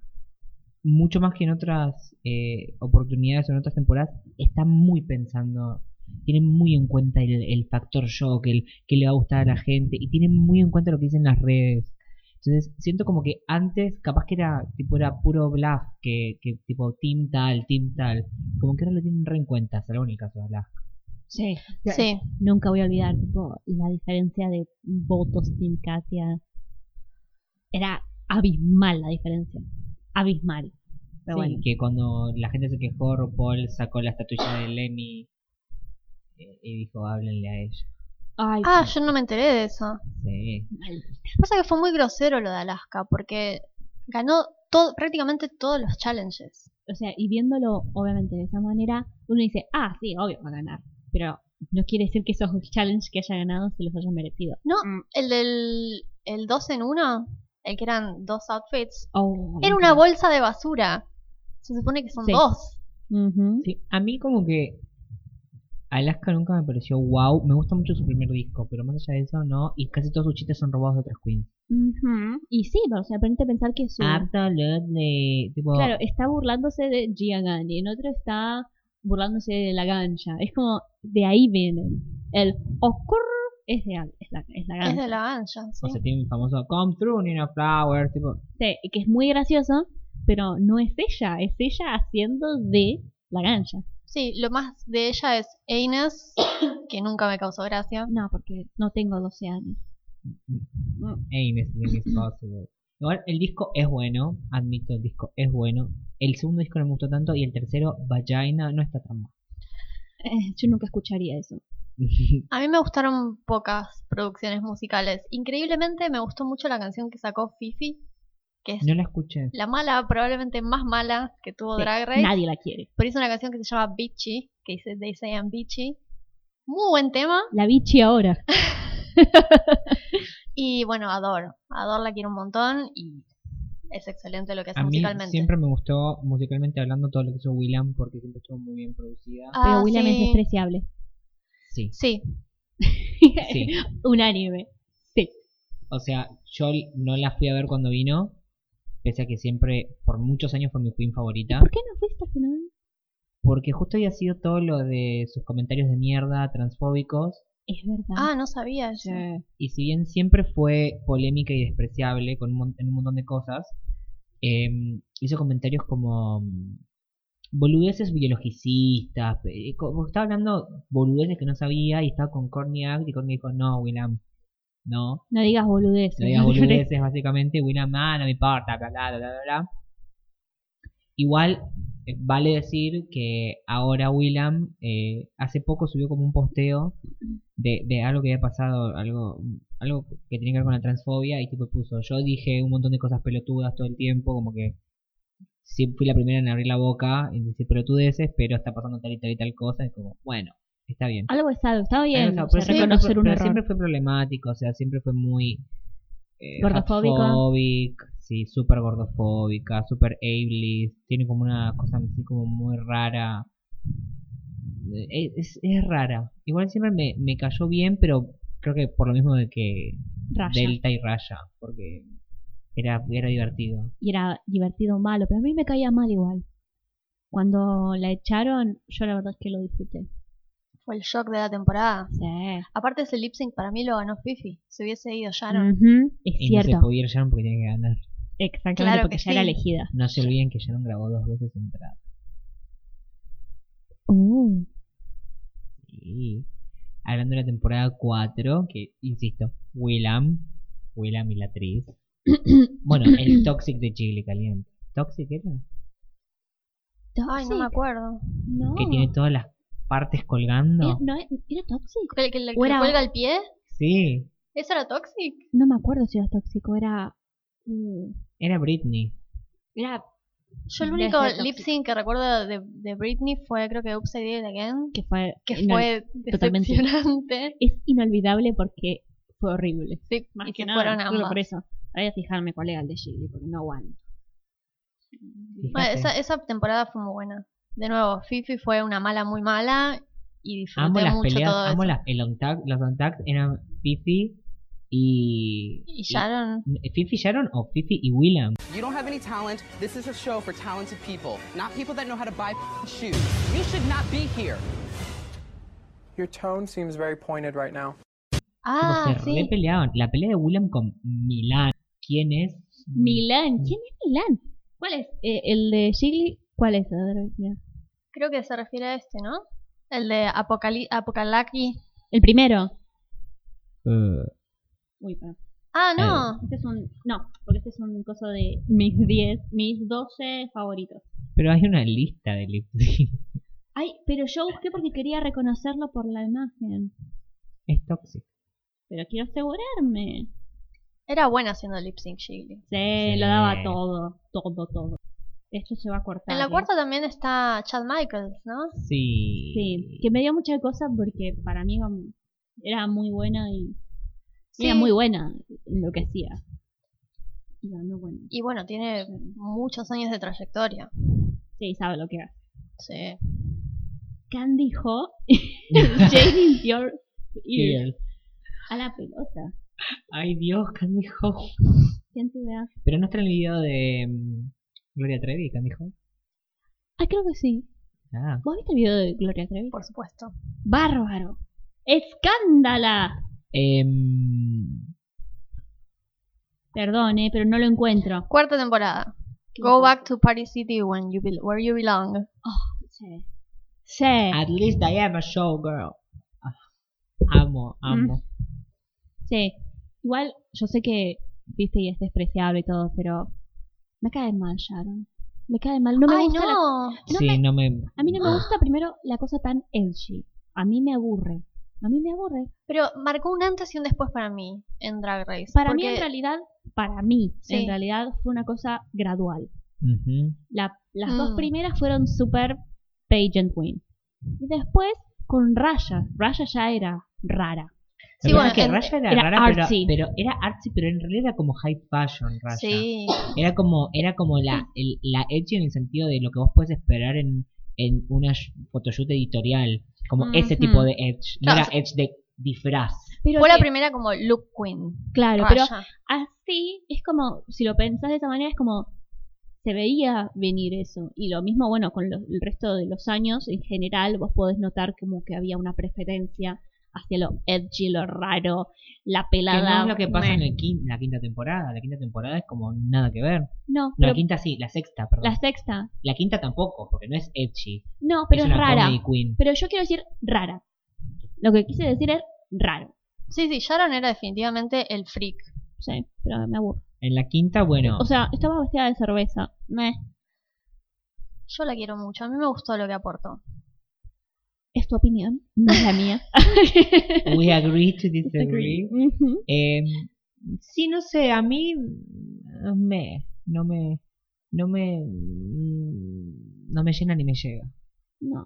[SPEAKER 4] mucho más que en otras eh, oportunidades o en otras temporadas, están muy pensando, tienen muy en cuenta el, el factor shock, el que le va a gustar a la gente, y tienen muy en cuenta lo que dicen las redes. Entonces siento como que antes capaz que era tipo era puro bluff, que, que tipo team tal, team tal. Como que ahora lo tienen re en cuenta, salvo en el caso de Alaska.
[SPEAKER 3] Sí.
[SPEAKER 5] Sí.
[SPEAKER 3] Nunca voy a olvidar tipo, la diferencia de votos Team Katia. Era abismal la diferencia. Abismal. Pero
[SPEAKER 4] Sí,
[SPEAKER 3] bueno.
[SPEAKER 4] Que cuando la gente se quejó, RuPaul sacó la estatuilla de Lemmy eh, y dijo, háblenle a ella.
[SPEAKER 3] Ay,
[SPEAKER 5] Ah, yo no me enteré de eso.
[SPEAKER 4] Sí.
[SPEAKER 3] mal.
[SPEAKER 5] Pasa que fue muy grosero lo de Alaska, porque ganó todo, prácticamente todos los challenges.
[SPEAKER 3] O sea, y viéndolo obviamente de esa manera, uno dice, ah, sí, obvio va a ganar. Pero no quiere decir que esos challenges que haya ganado se los hayan merecido.
[SPEAKER 5] No, el del el 2 en 1, el que eran dos outfits,
[SPEAKER 3] Oh,
[SPEAKER 4] Eh,
[SPEAKER 5] Era una bolsa de basura. Se supone que son
[SPEAKER 3] Sí.
[SPEAKER 5] dos.
[SPEAKER 3] Ujú.
[SPEAKER 4] Sí, a mí como que Alaska nunca me pareció wow. Me gusta mucho su primer disco, pero más allá de eso no. Y casi todos sus chistes son robados de otras queens.
[SPEAKER 3] Ujú. Y sí, pero, o sea, ponete a pensar que es un...
[SPEAKER 4] Ah, Absolutely. Tipo,
[SPEAKER 3] Claro, está burlándose de Gianni, en otro está burlándose de la gancha. Es como, de ahí viene. El ocurr es de al- es la, es la
[SPEAKER 5] Es
[SPEAKER 3] gancha.
[SPEAKER 5] de la gancha,
[SPEAKER 4] O
[SPEAKER 5] sí.
[SPEAKER 4] sea, tiene el famoso Come through, Nina Flower. Tipo,
[SPEAKER 3] Sí, y que es muy gracioso, pero no es ella, es ella haciendo de la gancha.
[SPEAKER 5] Sí, lo más de ella es Aines, que nunca me causó gracia.
[SPEAKER 3] No, porque no tengo 12 años. Mm.
[SPEAKER 4] Ain't anything is possible. Igual el disco es bueno, admito, el disco es bueno. El segundo disco no me gustó tanto y el tercero, Vagina, no está tan mal.
[SPEAKER 3] Eh, yo nunca escucharía eso.
[SPEAKER 5] A mí me gustaron pocas producciones musicales. Increíblemente me gustó mucho la canción que sacó Fifi, que es
[SPEAKER 4] no la escuché.
[SPEAKER 5] la mala, probablemente más mala que tuvo
[SPEAKER 3] Sí,
[SPEAKER 5] Drag Race.
[SPEAKER 3] Nadie la quiere.
[SPEAKER 5] Pero hizo una canción que se llama Bitchy, que dice They Say I'm Bitchy. Muy buen tema.
[SPEAKER 3] La bichi ahora.
[SPEAKER 5] Y bueno, Ador. Ador la quiero un montón y es excelente lo que hace
[SPEAKER 4] A mí
[SPEAKER 5] musicalmente.
[SPEAKER 4] siempre me gustó, musicalmente hablando, todo lo que hizo Willam porque siempre estuvo muy bien producida.
[SPEAKER 5] Ah,
[SPEAKER 3] pero William es
[SPEAKER 5] sí.
[SPEAKER 3] despreciable.
[SPEAKER 4] Sí,
[SPEAKER 5] Sí,
[SPEAKER 4] sí.
[SPEAKER 3] Unánime. Sí.
[SPEAKER 4] O sea, yo no la fui a ver cuando vino, pese a que siempre, por muchos años, fue mi queen favorita.
[SPEAKER 3] ¿Por qué no fuiste al final?
[SPEAKER 4] Porque justo había sido todo lo de sus comentarios de mierda, transfóbicos.
[SPEAKER 3] Es verdad.
[SPEAKER 5] Ah, no sabía. yo.
[SPEAKER 4] Y si bien siempre fue polémica y despreciable con un, mon- en un montón de cosas, eh, hizo comentarios como mm, boludeces biologicistas. eh, como Estaba hablando boludeces que no sabía y estaba con Corniak y Corny dijo, no, Willam, no.
[SPEAKER 3] No digas boludeces.
[SPEAKER 4] No digas boludeces, básicamente. William, ah, no me importa, bla, bla, bla, bla, bla. Igual, eh, vale decir que ahora William eh, hace poco subió como un posteo de, de algo que había pasado, algo algo que tenía que ver con la transfobia, y tipo puso, yo dije un montón de cosas pelotudas todo el tiempo, como que sí fui la primera en abrir la boca y decir pelotudeces, pero está pasando tal y tal y tal cosa, y como, bueno, está bien.
[SPEAKER 3] Algo es algo. Está
[SPEAKER 4] Claro,
[SPEAKER 3] bien.
[SPEAKER 4] o sea,
[SPEAKER 3] o
[SPEAKER 4] pero
[SPEAKER 3] sea,
[SPEAKER 4] pues siempre
[SPEAKER 3] reconocer
[SPEAKER 4] fue-
[SPEAKER 3] un
[SPEAKER 4] pero
[SPEAKER 3] error.
[SPEAKER 4] siempre fue problemático, o sea, siempre fue muy eh,
[SPEAKER 3] Gordofóbico.
[SPEAKER 4] fatphobic, sí, súper gordofóbica, súper ableist, tiene como una cosa así como muy rara. Eh, Es, es rara. Igual siempre me, me cayó bien, pero creo que por lo mismo de que
[SPEAKER 3] Raya.
[SPEAKER 4] Delta y Raya, porque era, era divertido.
[SPEAKER 3] y era divertido o malo, pero a mí me caía mal igual. Cuando la echaron, yo la verdad es que lo disfruté.
[SPEAKER 5] Fue el shock de la temporada.
[SPEAKER 3] Sí.
[SPEAKER 5] Aparte ese lip sync para mí lo ganó Fifi. Se hubiese ido
[SPEAKER 3] Mm.
[SPEAKER 5] Sharon.
[SPEAKER 3] Ujú, Es
[SPEAKER 4] Y
[SPEAKER 3] cierto.
[SPEAKER 4] no se podía ir Sharon porque tenía que ganar.
[SPEAKER 3] Exactamente,
[SPEAKER 5] Claro
[SPEAKER 3] porque
[SPEAKER 5] que
[SPEAKER 3] ya era
[SPEAKER 5] sí.
[SPEAKER 3] elegida.
[SPEAKER 4] No se olviden que Sharon grabó dos veces entrada.
[SPEAKER 3] Uh,
[SPEAKER 4] Sí. Hablando de la temporada 4, que insisto, Willam, Willam y la actriz. bueno, el Toxic de Chile Caliente. ¿Toxic era?
[SPEAKER 5] Ay, no me acuerdo.
[SPEAKER 3] No.
[SPEAKER 4] Que
[SPEAKER 5] Ah.
[SPEAKER 4] tiene todas las partes
[SPEAKER 3] Era,
[SPEAKER 4] colgando.
[SPEAKER 3] no, era tóxico.
[SPEAKER 5] ¿El que le
[SPEAKER 3] O era-
[SPEAKER 5] cuelga el pie?
[SPEAKER 4] Sí,
[SPEAKER 5] ¿Eso era Toxic?
[SPEAKER 3] No me acuerdo si era tóxico, era. uh,
[SPEAKER 4] era Britney.
[SPEAKER 3] era
[SPEAKER 5] Yo el
[SPEAKER 3] Debe
[SPEAKER 5] único
[SPEAKER 3] ser Toxic.
[SPEAKER 5] lip sync que recuerdo de, de Britney fue creo que Upside Down Again,
[SPEAKER 3] que fue.
[SPEAKER 5] que
[SPEAKER 3] no,
[SPEAKER 5] fue
[SPEAKER 3] totalmente.
[SPEAKER 5] decepcionante.
[SPEAKER 3] Es inolvidable porque fue horrible.
[SPEAKER 5] Sí,
[SPEAKER 3] Más
[SPEAKER 5] y
[SPEAKER 3] que
[SPEAKER 5] se
[SPEAKER 3] nada,
[SPEAKER 5] fueron
[SPEAKER 3] solo
[SPEAKER 5] ambas.
[SPEAKER 3] por eso. Voy a fijarme cuál era el de Gigli, porque no aguanto. Ah,
[SPEAKER 5] Bueno,
[SPEAKER 4] Fíjate.
[SPEAKER 5] esa, esa temporada fue muy buena. De nuevo, Fifi fue una mala muy mala y disfruté
[SPEAKER 4] Amo las
[SPEAKER 5] mucho
[SPEAKER 4] peleas,
[SPEAKER 5] todo
[SPEAKER 4] amo
[SPEAKER 5] eso.
[SPEAKER 4] las, el untag, los untagged eran Fifi y...
[SPEAKER 5] Y Sharon,
[SPEAKER 4] y- ¿Fifi Sharon o Fifi y Willam?
[SPEAKER 2] You don't have any talent. This is a show for talented people, not people that know how to buy shoes. You should not be here.
[SPEAKER 8] Your tone seems very pointed right now.
[SPEAKER 5] ah,
[SPEAKER 4] se
[SPEAKER 5] sí,
[SPEAKER 4] repeleaban. La pelea de Willam con Milán. ¿Quién es?
[SPEAKER 3] Milán, ¿quién es Milán? ¿Cuál es? Eh, ¿El de Gigli? ¿Cuál es? A ver, mira.
[SPEAKER 5] creo que se refiere a este, ¿no? El de Apocali Apocalaki.
[SPEAKER 3] El primero.
[SPEAKER 4] Eh,
[SPEAKER 3] Uy, pará.
[SPEAKER 5] Ah, no.
[SPEAKER 3] Este es un. No, porque este es un coso de mis 10, mis 12 favoritos.
[SPEAKER 4] pero hay una lista de lip
[SPEAKER 3] Ay, pero yo busqué porque quería reconocerlo por la imagen.
[SPEAKER 4] Es tóxico.
[SPEAKER 3] Pero quiero asegurarme.
[SPEAKER 5] Era buena haciendo lip sync Gigli.
[SPEAKER 3] Sí,
[SPEAKER 4] Sí.
[SPEAKER 3] lo daba todo. Todo, todo. Esto se va a cortar.
[SPEAKER 5] En la
[SPEAKER 3] ¿eh?
[SPEAKER 5] cuarta también está Chad Michaels, ¿no?
[SPEAKER 4] Sí.
[SPEAKER 3] Sí, que me dio mucha cosa porque para mí era mu- era muy buena y.
[SPEAKER 5] Sí.
[SPEAKER 3] Era muy buena en lo que hacía. Y ganó, bueno.
[SPEAKER 5] Y bueno, tiene muchos años de trayectoria.
[SPEAKER 3] Sí, sabe lo que hace.
[SPEAKER 5] Sí.
[SPEAKER 3] Candy Ho, Jading Your
[SPEAKER 4] Sí, eh. el-
[SPEAKER 3] A la pelota.
[SPEAKER 4] Ay, Dios, Candy Hope.
[SPEAKER 3] Qué antigüedad.
[SPEAKER 4] Pero no está en el video de mm, Gloria Trevi, Candy Hope.
[SPEAKER 3] Ah, creo que sí.
[SPEAKER 4] Ah,
[SPEAKER 3] ¿Vos viste el video de Gloria Trevi?
[SPEAKER 5] Por supuesto.
[SPEAKER 3] ¡Bárbaro! ¡Escándala!
[SPEAKER 4] em,
[SPEAKER 3] Perdón, eh, pero no lo encuentro.
[SPEAKER 5] Cuarta temporada. Go back to Party City when you bel- where you belong.
[SPEAKER 3] Sí. Sí.
[SPEAKER 4] at least I am a showgirl. Ah, amo, amo.
[SPEAKER 3] Sí. Igual, yo sé que, viste, y es despreciable y todo, pero me cae mal Sharon. Me cae mal. No me
[SPEAKER 5] Ay,
[SPEAKER 3] gusta la-
[SPEAKER 5] no.
[SPEAKER 3] No
[SPEAKER 4] sí,
[SPEAKER 3] me-
[SPEAKER 4] no me.
[SPEAKER 3] A mí no me gusta primero la cosa tan edgy. A mí me aburre. A mí me aburre.
[SPEAKER 5] Pero marcó un antes y un después para mí en Drag Race.
[SPEAKER 3] Para mí,
[SPEAKER 5] porque
[SPEAKER 3] en realidad, para mí,
[SPEAKER 5] Sí.
[SPEAKER 3] en realidad fue una cosa gradual.
[SPEAKER 4] Ujú.
[SPEAKER 3] La- las dos
[SPEAKER 5] Mm.
[SPEAKER 3] primeras fueron super pageant queen. Y después con Raya. Raya ya era rara.
[SPEAKER 5] Sí,
[SPEAKER 4] Lo que pasa
[SPEAKER 5] bueno,
[SPEAKER 4] es que
[SPEAKER 5] en-
[SPEAKER 4] Raya era,
[SPEAKER 3] era
[SPEAKER 4] rara, pero-
[SPEAKER 3] artsy.
[SPEAKER 4] Pero, era artsy, pero en realidad era como high fashion Raya.
[SPEAKER 5] Sí.
[SPEAKER 4] Era como, era como la, el- la edgy en el sentido de lo que vos puedes esperar en, en una sh- photoshoot editorial. Como ese
[SPEAKER 5] Ujú.
[SPEAKER 4] tipo de edge. No
[SPEAKER 5] Claro,
[SPEAKER 4] era edge de disfraz.
[SPEAKER 3] Pero
[SPEAKER 5] Fue la
[SPEAKER 3] que-
[SPEAKER 5] primera como look queen.
[SPEAKER 3] Claro, pero
[SPEAKER 5] Raya.
[SPEAKER 3] así es como, si lo pensás de esa manera, es como se veía venir eso. Y lo mismo, bueno, con lo- el resto de los años, en general, vos podés notar como que había una preferencia hacia lo edgy, lo raro, la
[SPEAKER 4] Que no
[SPEAKER 3] pelada.
[SPEAKER 4] es lo que pasa
[SPEAKER 3] meh.
[SPEAKER 4] en el quin- la quinta temporada. La quinta temporada es como nada que ver.
[SPEAKER 3] No,
[SPEAKER 4] No,
[SPEAKER 3] pero
[SPEAKER 4] la quinta sí, la sexta, perdón.
[SPEAKER 3] la sexta.
[SPEAKER 4] La quinta tampoco, porque no es edgy.
[SPEAKER 3] No, pero
[SPEAKER 4] es
[SPEAKER 3] es,
[SPEAKER 4] una
[SPEAKER 3] rara.
[SPEAKER 4] comedy queen.
[SPEAKER 3] Pero yo quiero decir rara. Lo que quise decir es raro.
[SPEAKER 5] Sí, sí, Sharon era definitivamente el freak.
[SPEAKER 3] Sí, pero me aburro.
[SPEAKER 4] En la quinta, bueno.
[SPEAKER 3] O sea, estaba vestida de cerveza. Meh.
[SPEAKER 5] Yo la quiero mucho. A mí me gustó lo que aportó.
[SPEAKER 3] Es tu opinión, no es la mía.
[SPEAKER 4] we agree to disagree.
[SPEAKER 3] Ujú.
[SPEAKER 4] Eh, sí, no sé, a mí mm, me, no me, no me, mm, no me llena ni me llega.
[SPEAKER 3] No.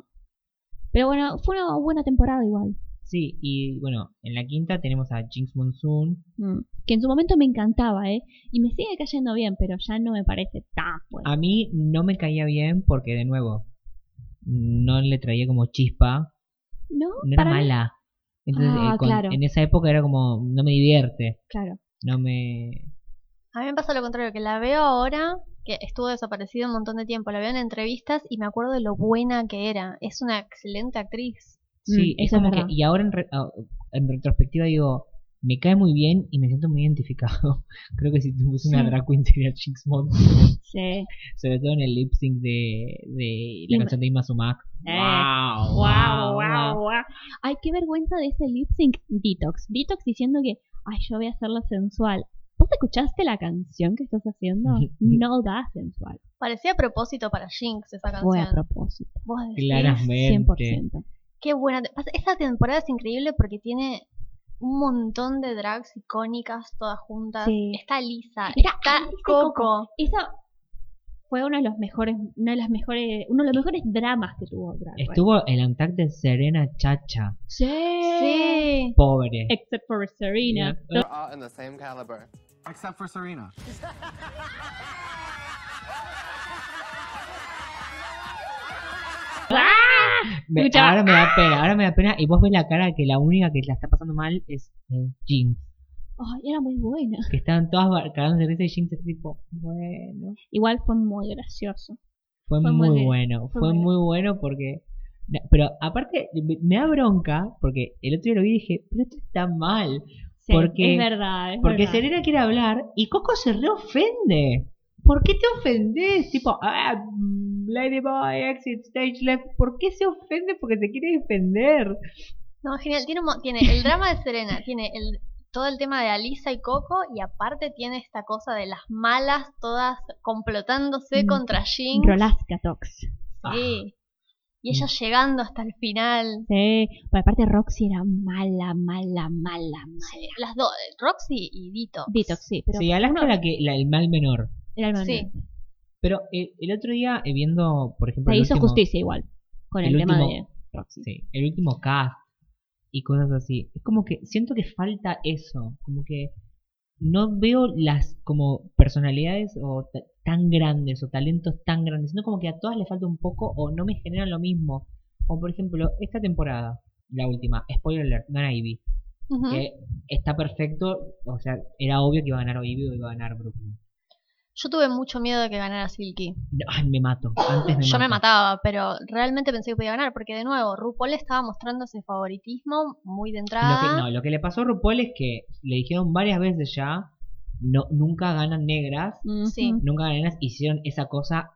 [SPEAKER 3] Pero bueno, fue una buena temporada igual.
[SPEAKER 4] Sí, y bueno, en la quinta tenemos a Jinx Monsoon.
[SPEAKER 3] Mm. Que en su momento me encantaba, ¿eh? Y me sigue cayendo bien, pero ya no me parece tan fuerte.
[SPEAKER 4] A mí no me caía bien porque, de nuevo, no le traía como chispa,
[SPEAKER 3] ¿No?
[SPEAKER 4] no era
[SPEAKER 3] Para mí-
[SPEAKER 4] mala. Entonces,
[SPEAKER 3] Ah,
[SPEAKER 4] eh, con-
[SPEAKER 3] claro.
[SPEAKER 4] en esa época era como, no me divierte,
[SPEAKER 3] Claro.
[SPEAKER 4] no me...
[SPEAKER 5] A mí me pasa lo contrario, que la veo ahora, que estuvo desaparecida un montón de tiempo. La veo en entrevistas y me acuerdo de lo buena que era. Es una excelente actriz.
[SPEAKER 4] Sí,
[SPEAKER 3] Mm,
[SPEAKER 4] es
[SPEAKER 3] eso es
[SPEAKER 4] como que,
[SPEAKER 3] verdad.
[SPEAKER 4] y ahora en, re- ah, en retrospectiva digo, me cae muy bien y me siento muy identificado. Creo que si tuviese una
[SPEAKER 3] Sí.
[SPEAKER 4] drag queen sería Chicks Mod,
[SPEAKER 3] Sí.
[SPEAKER 4] sobre todo en el lip sync de, de la
[SPEAKER 3] Ima-
[SPEAKER 4] canción de Ima Sumac.
[SPEAKER 3] Eh,
[SPEAKER 4] wow,
[SPEAKER 3] Guau, guau, guau. Ay, qué vergüenza de ese lip sync detox. Detox diciendo que, ay, yo voy a hacerla sensual. ¿Vos escuchaste la canción que estás haciendo? No da sensual.
[SPEAKER 5] Parecía a propósito para Jinx
[SPEAKER 3] Fue
[SPEAKER 5] esa canción.
[SPEAKER 3] a propósito.
[SPEAKER 5] Vos decís,
[SPEAKER 4] Claramente.
[SPEAKER 3] 100%.
[SPEAKER 5] qué buena. te- pasa- Esta temporada es increíble porque tiene un montón de drags icónicas todas juntas.
[SPEAKER 3] Sí.
[SPEAKER 5] Está Lisa,
[SPEAKER 3] Está
[SPEAKER 5] está,
[SPEAKER 3] Alisa y ah, este Coco.
[SPEAKER 5] Coco.
[SPEAKER 3] Esa fue uno de los mejores, una de las mejores, uno de los mejores dramas que tuvo Drag Race.
[SPEAKER 4] Estuvo el antag de Serena Chacha,
[SPEAKER 3] Sí.
[SPEAKER 5] Sí.
[SPEAKER 4] pobre.
[SPEAKER 3] Except for Serena.
[SPEAKER 4] Yeah.
[SPEAKER 8] We're all in the same caliber.
[SPEAKER 9] Except for Serena.
[SPEAKER 4] Me-
[SPEAKER 3] Escuchaba,
[SPEAKER 4] ahora me da pena, ahora me da pena y vos ves la cara que la única que la está pasando mal es eh, Jinx,
[SPEAKER 3] Ay, era muy buena.
[SPEAKER 4] que estaban todas bar- cagándose de risa y Jinx es tipo, bueno.
[SPEAKER 3] Igual fue muy gracioso.
[SPEAKER 4] Fue,
[SPEAKER 3] Fue
[SPEAKER 4] muy
[SPEAKER 3] muy-
[SPEAKER 4] bueno,
[SPEAKER 3] fue
[SPEAKER 4] fue,
[SPEAKER 3] muy
[SPEAKER 4] muy bueno porque... na- Pero aparte, me me da bronca porque el otro día lo vi y dije, pero esto está mal.
[SPEAKER 3] Sí,
[SPEAKER 4] Porque-
[SPEAKER 3] es verdad. es
[SPEAKER 4] Porque
[SPEAKER 3] verdad.
[SPEAKER 4] Serena quiere hablar y Coco se reofende. ¿Por qué te ofendes? Tipo, ah, Ladyboy, exit stage left. ¿Por qué se ofende? Porque se quiere defender.
[SPEAKER 5] No, genial. Tiene, un mo- tiene el drama de Serena, tiene el, todo el tema de Alisa y Coco, y aparte tiene esta cosa de las malas todas complotándose
[SPEAKER 3] Mm.
[SPEAKER 5] contra Jinx.
[SPEAKER 3] Rolaska Tox.
[SPEAKER 5] Sí. Y ella llegando hasta el final.
[SPEAKER 3] Sí. Pero aparte Roxy era mala, mala, mala, mala.
[SPEAKER 5] Las dos, Roxy y Dito.
[SPEAKER 3] Detox, sí. Pero
[SPEAKER 4] sí, Alaska la que, la- el mal menor.
[SPEAKER 3] era el
[SPEAKER 5] Sí.
[SPEAKER 3] momento.
[SPEAKER 4] Pero eh, el otro día, eh, viendo, por ejemplo.
[SPEAKER 3] Se
[SPEAKER 4] el
[SPEAKER 3] hizo
[SPEAKER 4] último-
[SPEAKER 3] justicia igual. Con el,
[SPEAKER 4] el
[SPEAKER 3] tema de
[SPEAKER 4] último-
[SPEAKER 3] Roxy.
[SPEAKER 4] Sí, el último cast y cosas así. Es como que siento que falta eso, como que no veo las como personalidades o ta- tan grandes o talentos tan grandes, sino como que a todas les falta un poco o no me generan lo mismo. Como por ejemplo, esta temporada, la última, spoiler alert, no era Ivy,
[SPEAKER 5] Ujú.
[SPEAKER 4] que está perfecto, o sea, era obvio que iba a ganar Olivia o iba a ganar Brooklyn.
[SPEAKER 5] Yo tuve mucho miedo de que ganara Silky.
[SPEAKER 4] Ay, me mato. Antes me
[SPEAKER 5] Yo me
[SPEAKER 4] mato.
[SPEAKER 5] mataba, pero realmente pensé que podía ganar, porque de nuevo, RuPaul estaba mostrando ese favoritismo muy de
[SPEAKER 4] Lo que,
[SPEAKER 5] entrada.
[SPEAKER 4] no, lo que le pasó a RuPaul es que le dijeron varias veces ya, no, nunca ganan negras,
[SPEAKER 5] Sí.
[SPEAKER 3] Ujú.
[SPEAKER 4] nunca ganan negras, hicieron esa cosa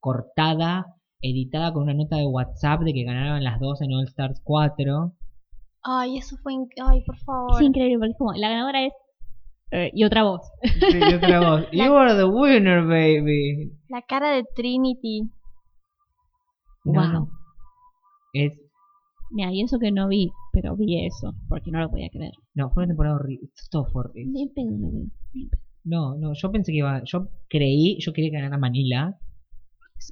[SPEAKER 4] cortada, editada con una nota de WhatsApp de que ganaron las dos en All Stars 4.
[SPEAKER 5] Ay, eso fue. inc- Ay, por favor.
[SPEAKER 3] Es increíble porque es como, la ganadora es... eh, y otra voz.
[SPEAKER 4] Y otra voz, You are the winner, baby.
[SPEAKER 5] La cara de Trinity.
[SPEAKER 4] No,
[SPEAKER 3] Wow.
[SPEAKER 4] no. Es,
[SPEAKER 3] Mira, y eso que no vi, pero vi eso, porque no lo podía creer.
[SPEAKER 4] no, fue una temporada horrible. Esto fue horrible.
[SPEAKER 3] Ni en pedo lo veo.
[SPEAKER 4] No, no, yo pensé que iba. Yo creí, yo quería que ganara Manila.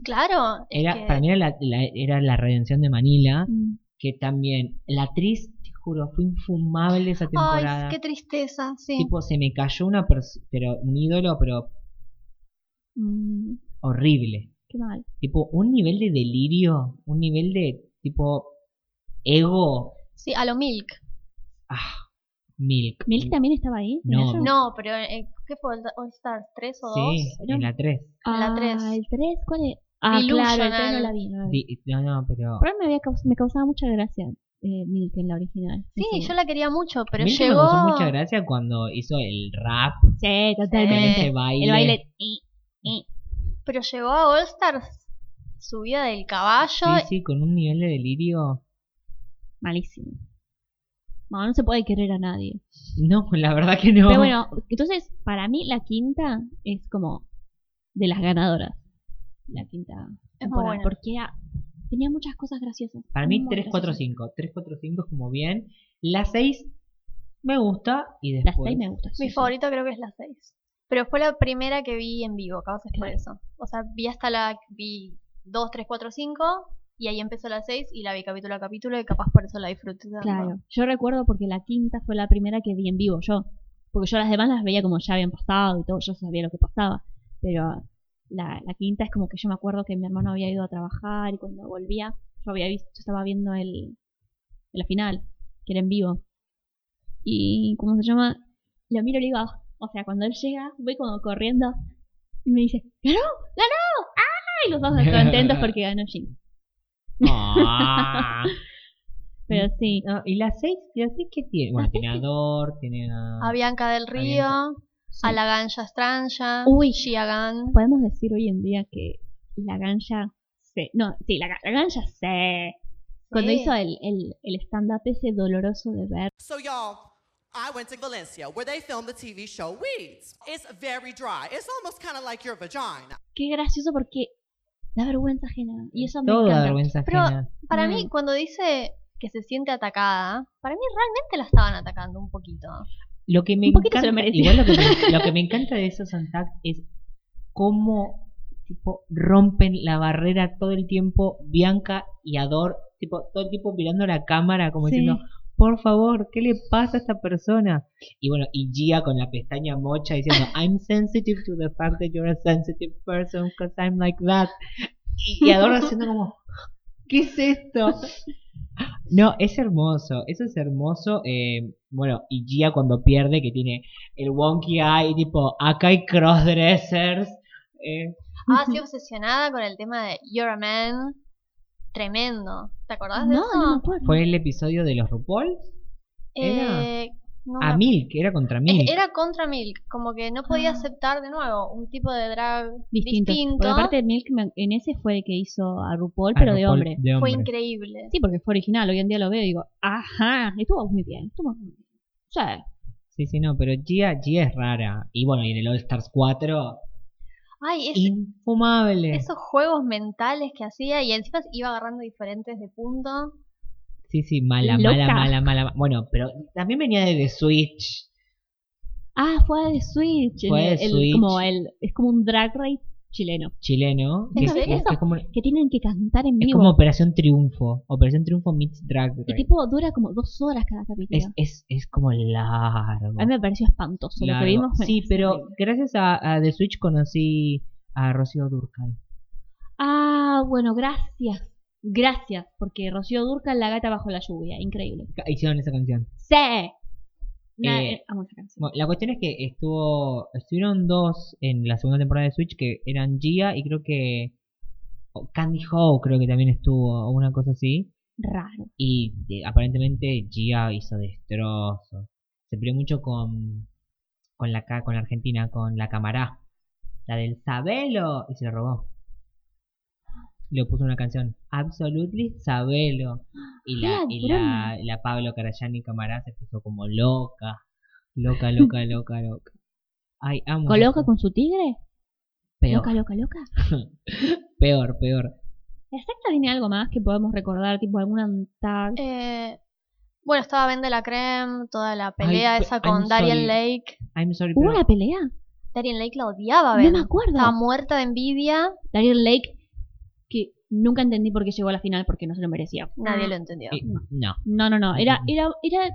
[SPEAKER 5] Claro. es
[SPEAKER 4] Era,
[SPEAKER 5] que-
[SPEAKER 4] Para mí era la, la- era la redención de Manila.
[SPEAKER 3] Mm.
[SPEAKER 4] Que también. La actriz, te juro, fue infumable esa temporada.
[SPEAKER 5] Ay, qué tristeza, sí.
[SPEAKER 4] Tipo, se me cayó una pers- pero un ídolo, pero
[SPEAKER 3] Mm,
[SPEAKER 4] horrible.
[SPEAKER 3] qué mal.
[SPEAKER 4] Tipo, un nivel de delirio, un nivel de tipo ego.
[SPEAKER 5] Sí, a lo Milk.
[SPEAKER 4] Ah, Milk.
[SPEAKER 3] ¿Milk también estaba ahí? ¿En
[SPEAKER 4] No.
[SPEAKER 3] esa?
[SPEAKER 5] No, pero eh, ¿qué fue? ¿All Stars 3 o 2?
[SPEAKER 4] Sí, en la 3.
[SPEAKER 5] La tres.
[SPEAKER 3] Ah, ¿El 3? ¿Cuál es? Ah, claro, el 3 no la vi. No la vi.
[SPEAKER 4] No, no, pero.
[SPEAKER 3] Pero me, había caus- me causaba mucha gracia eh, Milk en la original.
[SPEAKER 5] Sí,
[SPEAKER 3] Ese-
[SPEAKER 5] yo la quería mucho, pero
[SPEAKER 4] Milk
[SPEAKER 5] llegó.
[SPEAKER 4] me causó mucha gracia cuando hizo el rap
[SPEAKER 3] Sí,
[SPEAKER 4] con
[SPEAKER 3] totalmente.
[SPEAKER 4] ese baile.
[SPEAKER 3] Eh, El baile. y-
[SPEAKER 5] Pero llegó a All Stars subida del caballo.
[SPEAKER 4] Sí, sí, con un nivel de delirio.
[SPEAKER 3] Malísimo. No, no se puede querer a nadie.
[SPEAKER 4] No, la verdad que no.
[SPEAKER 3] Pero bueno, entonces, para mí la quinta es como de las ganadoras. La quinta.
[SPEAKER 5] Es muy
[SPEAKER 3] temporada,
[SPEAKER 5] buena.
[SPEAKER 3] Porque era, tenía muchas cosas graciosas.
[SPEAKER 4] Para mí
[SPEAKER 3] muy
[SPEAKER 4] 3, 4,
[SPEAKER 3] graciosas.
[SPEAKER 4] 5. 3, 4, 5 es como bien. La 6 me gusta y
[SPEAKER 3] La
[SPEAKER 4] después...
[SPEAKER 3] 6 me gusta. sí,
[SPEAKER 5] Mi
[SPEAKER 3] sí.
[SPEAKER 5] favorita creo que es la 6. Pero fue la primera que vi en vivo, causas por
[SPEAKER 3] Claro.
[SPEAKER 5] eso. O sea, vi hasta la. Vi 2, 3, 4, 5. Y ahí empezó la 6 y la vi capítulo a capítulo y capaz por eso la disfruté. tanto.
[SPEAKER 3] Claro. Yo recuerdo porque la quinta fue la primera que vi en vivo yo. Porque yo las demás las veía como ya habían pasado y todo. Yo sabía lo que pasaba. Pero la, la quinta es como que yo me acuerdo que mi hermano había ido a trabajar y cuando volvía, yo había visto, yo estaba viendo el, la final, que era en vivo. Y, ¿cómo se llama? Lo miro y le digo, "Ah". o sea, cuando él llega, voy como corriendo y me dice, ¡ganó! ¡ganó! ¡Ah! Y los dos contentos porque ganó Jim.
[SPEAKER 4] Ah.
[SPEAKER 3] Pero sí,
[SPEAKER 4] No, ¿Y la 6? ¿La 6 qué tiene? Bueno,
[SPEAKER 3] La
[SPEAKER 4] tiene a
[SPEAKER 3] seis-
[SPEAKER 4] Dor, tiene a...
[SPEAKER 5] A Bianca del
[SPEAKER 4] Bianca.
[SPEAKER 5] Río,
[SPEAKER 3] sí.
[SPEAKER 5] a la Ganja Stranja,
[SPEAKER 4] Uh.
[SPEAKER 3] Uy.
[SPEAKER 5] Gia Gan.
[SPEAKER 3] podemos decir hoy en día que la ganja se. No, sí, la, ga- la ganja se. Cuando
[SPEAKER 5] Sí.
[SPEAKER 3] hizo el, el, el stand-up ese doloroso de ver.
[SPEAKER 11] So, y'all, I went to Valencia where they filmed the TV show Weeds. It's very dry. It's almost kind of like your vagina.
[SPEAKER 3] Qué gracioso porque da vergüenza ajena. Y eso me
[SPEAKER 4] Todo da
[SPEAKER 3] encanta.
[SPEAKER 4] vergüenza
[SPEAKER 5] Pero-
[SPEAKER 4] ajena.
[SPEAKER 5] Para
[SPEAKER 3] Mm.
[SPEAKER 5] mí, cuando dice que se siente atacada, para mí realmente la estaban atacando un poquito.
[SPEAKER 4] Lo que me
[SPEAKER 3] Un poquito se lo
[SPEAKER 4] encanta,
[SPEAKER 3] merecía.
[SPEAKER 4] igual lo que me, lo que me encanta de esos Antac es cómo tipo rompen la barrera todo el tiempo Bianca y Ador, tipo todo el tiempo mirando la cámara como
[SPEAKER 3] Sí.
[SPEAKER 4] diciendo, "Por favor, ¿qué le pasa a esta persona?" Y bueno, y Gia con la pestaña mocha diciendo, "I'm sensitive to the fact that you're a sensitive person because I'm like that." Y, y Ador haciendo como, ¿Qué es esto? No, es hermoso, eso es hermoso. eh, bueno, y Gia cuando pierde, que tiene el wonky eye, tipo, acá hay crossdressers. eh,
[SPEAKER 5] Ah, sí, obsesionada con el tema de You're a Man. Tremendo. ¿Te
[SPEAKER 3] No,
[SPEAKER 5] acordás de
[SPEAKER 3] no me
[SPEAKER 5] eso?
[SPEAKER 3] acuerdo.
[SPEAKER 4] fue el episodio de los RuPaul era-
[SPEAKER 5] Eh, no me
[SPEAKER 4] a Milk, era
[SPEAKER 3] E-,
[SPEAKER 4] contra Milk.
[SPEAKER 5] Eh, Era contra Milk, como que no podía
[SPEAKER 3] Ah.
[SPEAKER 5] aceptar de nuevo un tipo de drag
[SPEAKER 3] distinto.
[SPEAKER 5] distinto.
[SPEAKER 3] Porque aparte, Milk me- en ese fue el que hizo a RuPaul,
[SPEAKER 4] A
[SPEAKER 3] pero de
[SPEAKER 4] RuPaul
[SPEAKER 3] hombre.
[SPEAKER 4] de hombre.
[SPEAKER 5] Fue increíble.
[SPEAKER 3] Sí, porque fue original. Hoy en día lo veo y digo, ajá, estuvo muy bien. Estuvo muy bien. O sea,
[SPEAKER 4] Sí, sí, no, pero Gia, Gia es rara. Y bueno, y en el All Stars 4,
[SPEAKER 5] Ay, es-
[SPEAKER 4] infumable.
[SPEAKER 5] esos juegos mentales que hacía y encima iba agarrando diferentes de punto.
[SPEAKER 4] Sí, sí, mala,
[SPEAKER 3] Loca.
[SPEAKER 4] mala, mala, mala, ma- Bueno, pero también venía de The Switch.
[SPEAKER 3] ah, fue de Switch.
[SPEAKER 4] Fue de
[SPEAKER 3] el- el-
[SPEAKER 4] Switch.
[SPEAKER 3] Como el, es como un drag race chileno.
[SPEAKER 4] Chileno.
[SPEAKER 3] ¿En
[SPEAKER 4] que es-
[SPEAKER 3] serio?
[SPEAKER 4] es como-
[SPEAKER 3] Que tienen que cantar en
[SPEAKER 4] Es
[SPEAKER 3] vivo.
[SPEAKER 4] como Operación Triunfo. Operación Triunfo meets Drag
[SPEAKER 3] Y
[SPEAKER 4] Race.
[SPEAKER 3] tipo, dura como dos horas cada capítulo.
[SPEAKER 4] Es, es, es como largo.
[SPEAKER 3] A mí me pareció espantoso lo
[SPEAKER 4] largo.
[SPEAKER 3] que vimos. me-
[SPEAKER 4] sí, pero gracias a, a The Switch conocí a Rocío Durcal.
[SPEAKER 3] Ah, bueno, gracias. Gracias, porque Rocío Durca, La gata bajo la lluvia. Increíble.
[SPEAKER 4] Hicieron esa canción.
[SPEAKER 3] ¡Sí! Nah,
[SPEAKER 4] Eh,
[SPEAKER 3] eh, amo esa canción.
[SPEAKER 4] Bueno, la cuestión es que estuvo estuvieron dos en la segunda temporada de Switch que eran Gia y creo que o Candy Ho creo que también estuvo o una cosa así
[SPEAKER 3] Raro.
[SPEAKER 4] y eh, aparentemente Gia hizo destrozos. Se peleó mucho con con la ca- con la Argentina, con la cámara, la del Sabelo y se lo robó. Le puso una canción, Absolutely Sabelo. Y la,
[SPEAKER 3] Ah,
[SPEAKER 4] y la, la Pablo Carayani Camará se puso como loca. Loca, loca, loca, loca. Ay, amo.
[SPEAKER 3] ¿Coloca con su tigre?
[SPEAKER 4] Peor.
[SPEAKER 3] Loca, loca, loca.
[SPEAKER 4] Peor, peor.
[SPEAKER 3] ¿La secta tiene algo más que podemos recordar? Tipo alguna antag...
[SPEAKER 5] Eh, bueno, estaba Ben de la Creme, toda la pelea
[SPEAKER 3] Ay,
[SPEAKER 5] esa
[SPEAKER 3] I'm
[SPEAKER 5] con
[SPEAKER 3] sorry.
[SPEAKER 5] Darian Lake.
[SPEAKER 4] I'm sorry,
[SPEAKER 3] ¿Hubo
[SPEAKER 4] pero-
[SPEAKER 3] una pelea?
[SPEAKER 5] Darian Lake la odiaba,
[SPEAKER 3] No
[SPEAKER 5] Ben.
[SPEAKER 3] me acuerdo.
[SPEAKER 5] Estaba muerta de envidia.
[SPEAKER 3] Darian Lake, que nunca entendí por qué llegó a la final porque no se lo merecía. Ah.
[SPEAKER 5] Nadie lo entendió.
[SPEAKER 4] Eh, no.
[SPEAKER 3] No, no, no. Era, era, era,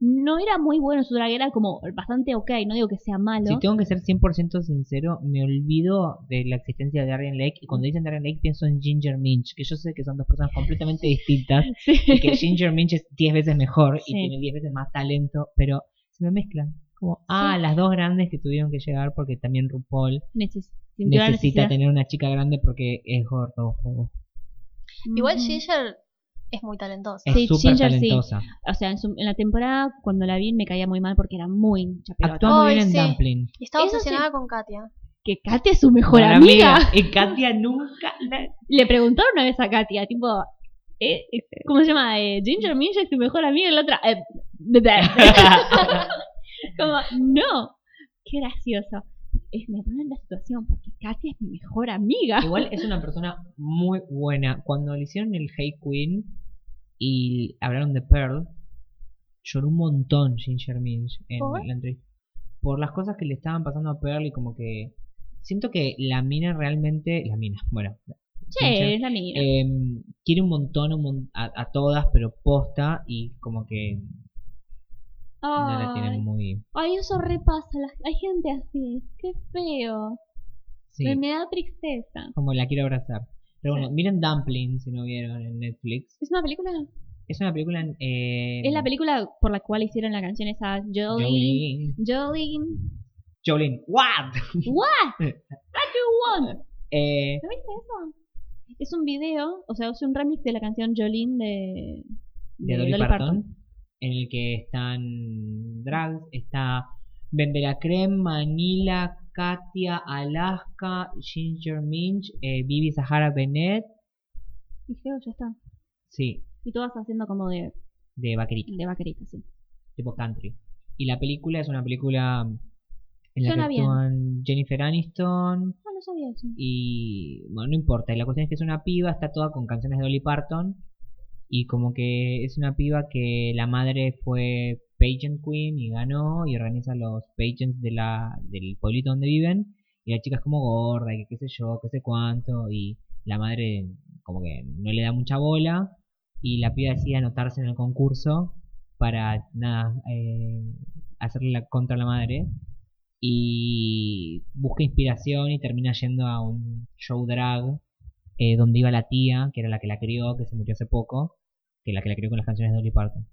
[SPEAKER 3] no era muy bueno en su drag, era como bastante ok, no digo que sea malo.
[SPEAKER 4] Si tengo que ser 100% sincero, me olvido de la existencia de Darren Lake. Y cuando
[SPEAKER 3] Mm.
[SPEAKER 4] dicen Darren Lake, pienso en Ginger Minch, que yo sé que son dos personas completamente distintas. Y que Ginger Minch es 10 veces mejor
[SPEAKER 3] Sí.
[SPEAKER 4] y tiene 10 veces más talento, pero se me mezclan. Como, ah, las dos grandes que tuvieron que llegar porque también RuPaul
[SPEAKER 3] Neces- sintió la
[SPEAKER 4] necesita
[SPEAKER 3] necesidad.
[SPEAKER 4] tener una chica grande porque es gordo. o-
[SPEAKER 5] Igual
[SPEAKER 3] Ujú.
[SPEAKER 5] Ginger es muy talentosa.
[SPEAKER 4] Es
[SPEAKER 3] Sí,
[SPEAKER 4] súper
[SPEAKER 3] Ginger sí.
[SPEAKER 4] talentosa.
[SPEAKER 3] O sea, en, su- en la temporada cuando la vi me caía muy mal porque era muy chapelota.
[SPEAKER 4] Actúa muy
[SPEAKER 5] Ay,
[SPEAKER 4] bien en
[SPEAKER 5] sí.
[SPEAKER 4] Dumpling.
[SPEAKER 5] Y estaba
[SPEAKER 3] Eso sí.
[SPEAKER 5] obsesionada con Katia.
[SPEAKER 3] Que Katia es su mejor
[SPEAKER 4] Buena
[SPEAKER 3] amiga.
[SPEAKER 4] Y Katia nunca. la-
[SPEAKER 3] Le preguntaron una vez a Katia, tipo, eh, eh, ¿cómo se llama? Eh, Ginger Minch es tu mejor amiga y la otra. eh, de- de- Como, no. Qué gracioso. Es, me pone en la situación porque Katia es mi mejor amiga.
[SPEAKER 4] Igual es una persona muy buena. Cuando le hicieron el Hey Queen y hablaron de Pearl, lloró un montón Ginger Minch en
[SPEAKER 5] ¿Por?
[SPEAKER 4] la entrevista. Por las cosas que le estaban pasando a Pearl y como que... Siento que la mina realmente... La mina, bueno.
[SPEAKER 3] Che, es la mía.
[SPEAKER 4] em, quiere un montón un mon- a, a todas, pero posta y como que no la tiene
[SPEAKER 3] Ay,
[SPEAKER 4] muy...
[SPEAKER 3] ay, eso repasa. la- hay gente así. Qué feo.
[SPEAKER 4] Sí,
[SPEAKER 3] Me, me da tristeza.
[SPEAKER 4] como la quiere abrazar. Pero bueno, miren Dumpling si no vieron en Netflix.
[SPEAKER 3] Es una película.
[SPEAKER 4] Es una película... eh,
[SPEAKER 3] Es la película por la cual hicieron la canción esa Jolie.
[SPEAKER 4] Jolene.
[SPEAKER 3] Jolie.
[SPEAKER 4] Jolene, what?
[SPEAKER 3] What? What do you want?
[SPEAKER 4] Eh,
[SPEAKER 3] ¿No viste eso? Es un video, o sea, es un remix de la canción Jolene de,
[SPEAKER 4] de Dolly Parton, en el que están drags, está Vendela Creme, Manila, Katia, Alaska, Ginger Minch, eh, Bibi Sahara Bennett,
[SPEAKER 3] Y creo que ya está.
[SPEAKER 4] sí,
[SPEAKER 3] Y todas haciendo como de,
[SPEAKER 4] de Vaquerita,
[SPEAKER 3] de vaquerita, sí.
[SPEAKER 4] tipo country. Y la película es una película mm, en la
[SPEAKER 3] Suena
[SPEAKER 4] que
[SPEAKER 3] bien.
[SPEAKER 4] actúan Jennifer Aniston
[SPEAKER 3] No, no Ah, sabía eso.
[SPEAKER 4] y bueno, no importa. Y la cuestión es que es una piba, está toda con canciones de Dolly Parton y como que es una piba que la madre fue pageant queen y ganó y organiza los pageants de la, del pueblito donde viven y la chica es como gorda y que qué sé yo, qué sé cuánto y la madre como que no le da mucha bola y la piba decide anotarse en el concurso para nada eh, hacerle la contra la madre y busca inspiración y termina yendo a un show drag eh, donde iba la tía, que era la que la crió, que se murió hace poco, que la que la crió con las canciones de Dolly Parton.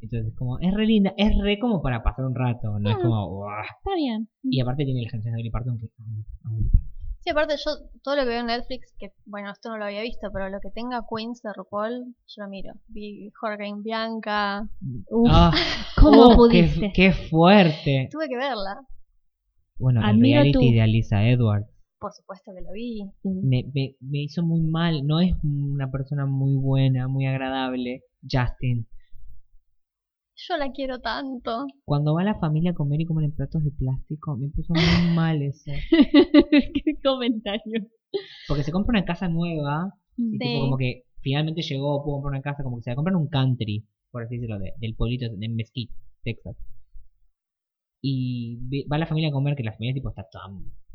[SPEAKER 4] Entonces es como, es re linda, es re como para pasar un rato, no es
[SPEAKER 3] Ah.
[SPEAKER 4] como, "Uah".
[SPEAKER 3] Está bien.
[SPEAKER 4] Y aparte tiene las canciones de Dolly Parton que... amo, amo.
[SPEAKER 5] Sí, aparte yo todo lo que veo en Netflix, que bueno, esto no lo había visto, pero lo que tenga Queens de RuPaul, yo lo miro. Vi Hurricane Bianca,
[SPEAKER 3] Uf,
[SPEAKER 4] Ah,
[SPEAKER 3] ¿Cómo
[SPEAKER 4] oh, qué-
[SPEAKER 3] pudiste?
[SPEAKER 4] Qué, fuerte.
[SPEAKER 5] tuve que verla.
[SPEAKER 4] Bueno, el
[SPEAKER 3] Admiro
[SPEAKER 4] reality
[SPEAKER 3] tu-
[SPEAKER 4] de Alisa Edwards.
[SPEAKER 5] Por supuesto que lo vi.
[SPEAKER 4] me, me, me hizo muy mal. No es una persona muy buena, muy agradable, Justin.
[SPEAKER 5] Yo la quiero tanto.
[SPEAKER 4] Cuando va la familia a comer y comen en platos de plástico, me puso muy mal eso.
[SPEAKER 3] qué comentario.
[SPEAKER 4] Porque se compra una casa nueva y tipo
[SPEAKER 5] Sí.
[SPEAKER 4] como que finalmente llegó, pudo comprar una casa, como que se la compra en un country, por así decirlo, de- del pueblito de Mesquite, Texas. Y ve- va la familia a comer, que la familia tipo está toda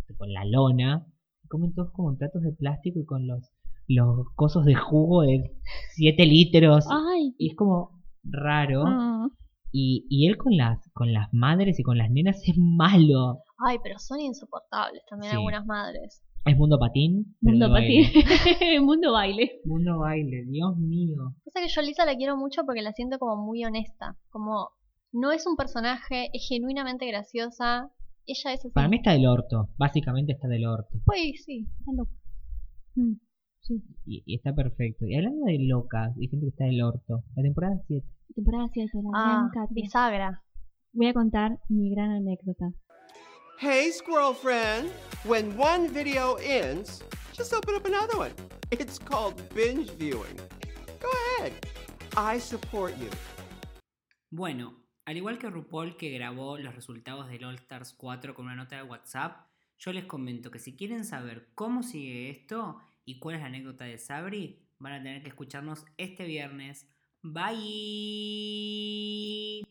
[SPEAKER 4] tipo, en la lona, y comen todos como en platos de plástico y con los, los cosos de jugo de 7 litros.
[SPEAKER 3] Ay.
[SPEAKER 4] Y es como raro.
[SPEAKER 3] ah.
[SPEAKER 4] Y, y él con las, con las madres y con las nenas es malo.
[SPEAKER 5] Ay, pero son insoportables también
[SPEAKER 4] Sí.
[SPEAKER 5] algunas madres.
[SPEAKER 4] Es mundo patín. pero
[SPEAKER 3] Mundo
[SPEAKER 4] de
[SPEAKER 3] patín.
[SPEAKER 4] baile.
[SPEAKER 3] Mundo baile.
[SPEAKER 4] Mundo baile, Dios mío.
[SPEAKER 5] Pasa que yo a Lisa la quiero mucho porque la siento como muy honesta. Como No es un personaje, es genuinamente graciosa. Ella es así.
[SPEAKER 12] Para mí está del orto, básicamente está del orto.
[SPEAKER 5] Pues sí, está loca.
[SPEAKER 3] Mm, sí.
[SPEAKER 12] Y, y está perfecto. Y hablando de locas, y gente que está del orto, la temporada 7.
[SPEAKER 3] Temporada 7, la
[SPEAKER 5] Ah,
[SPEAKER 3] gran Katia.
[SPEAKER 5] bisagra.
[SPEAKER 3] Voy a contar mi gran anécdota.
[SPEAKER 13] Hey, squirrel friend! When one video ends, just open up another one. It's called binge viewing. Go ahead. I support you.
[SPEAKER 4] Bueno, al igual que RuPaul que grabó los resultados del All Stars 4 con una nota de WhatsApp, yo les comento que si quieren saber cómo sigue esto y cuál es la anécdota de Sabri, van a tener que escucharnos este viernes. Bye.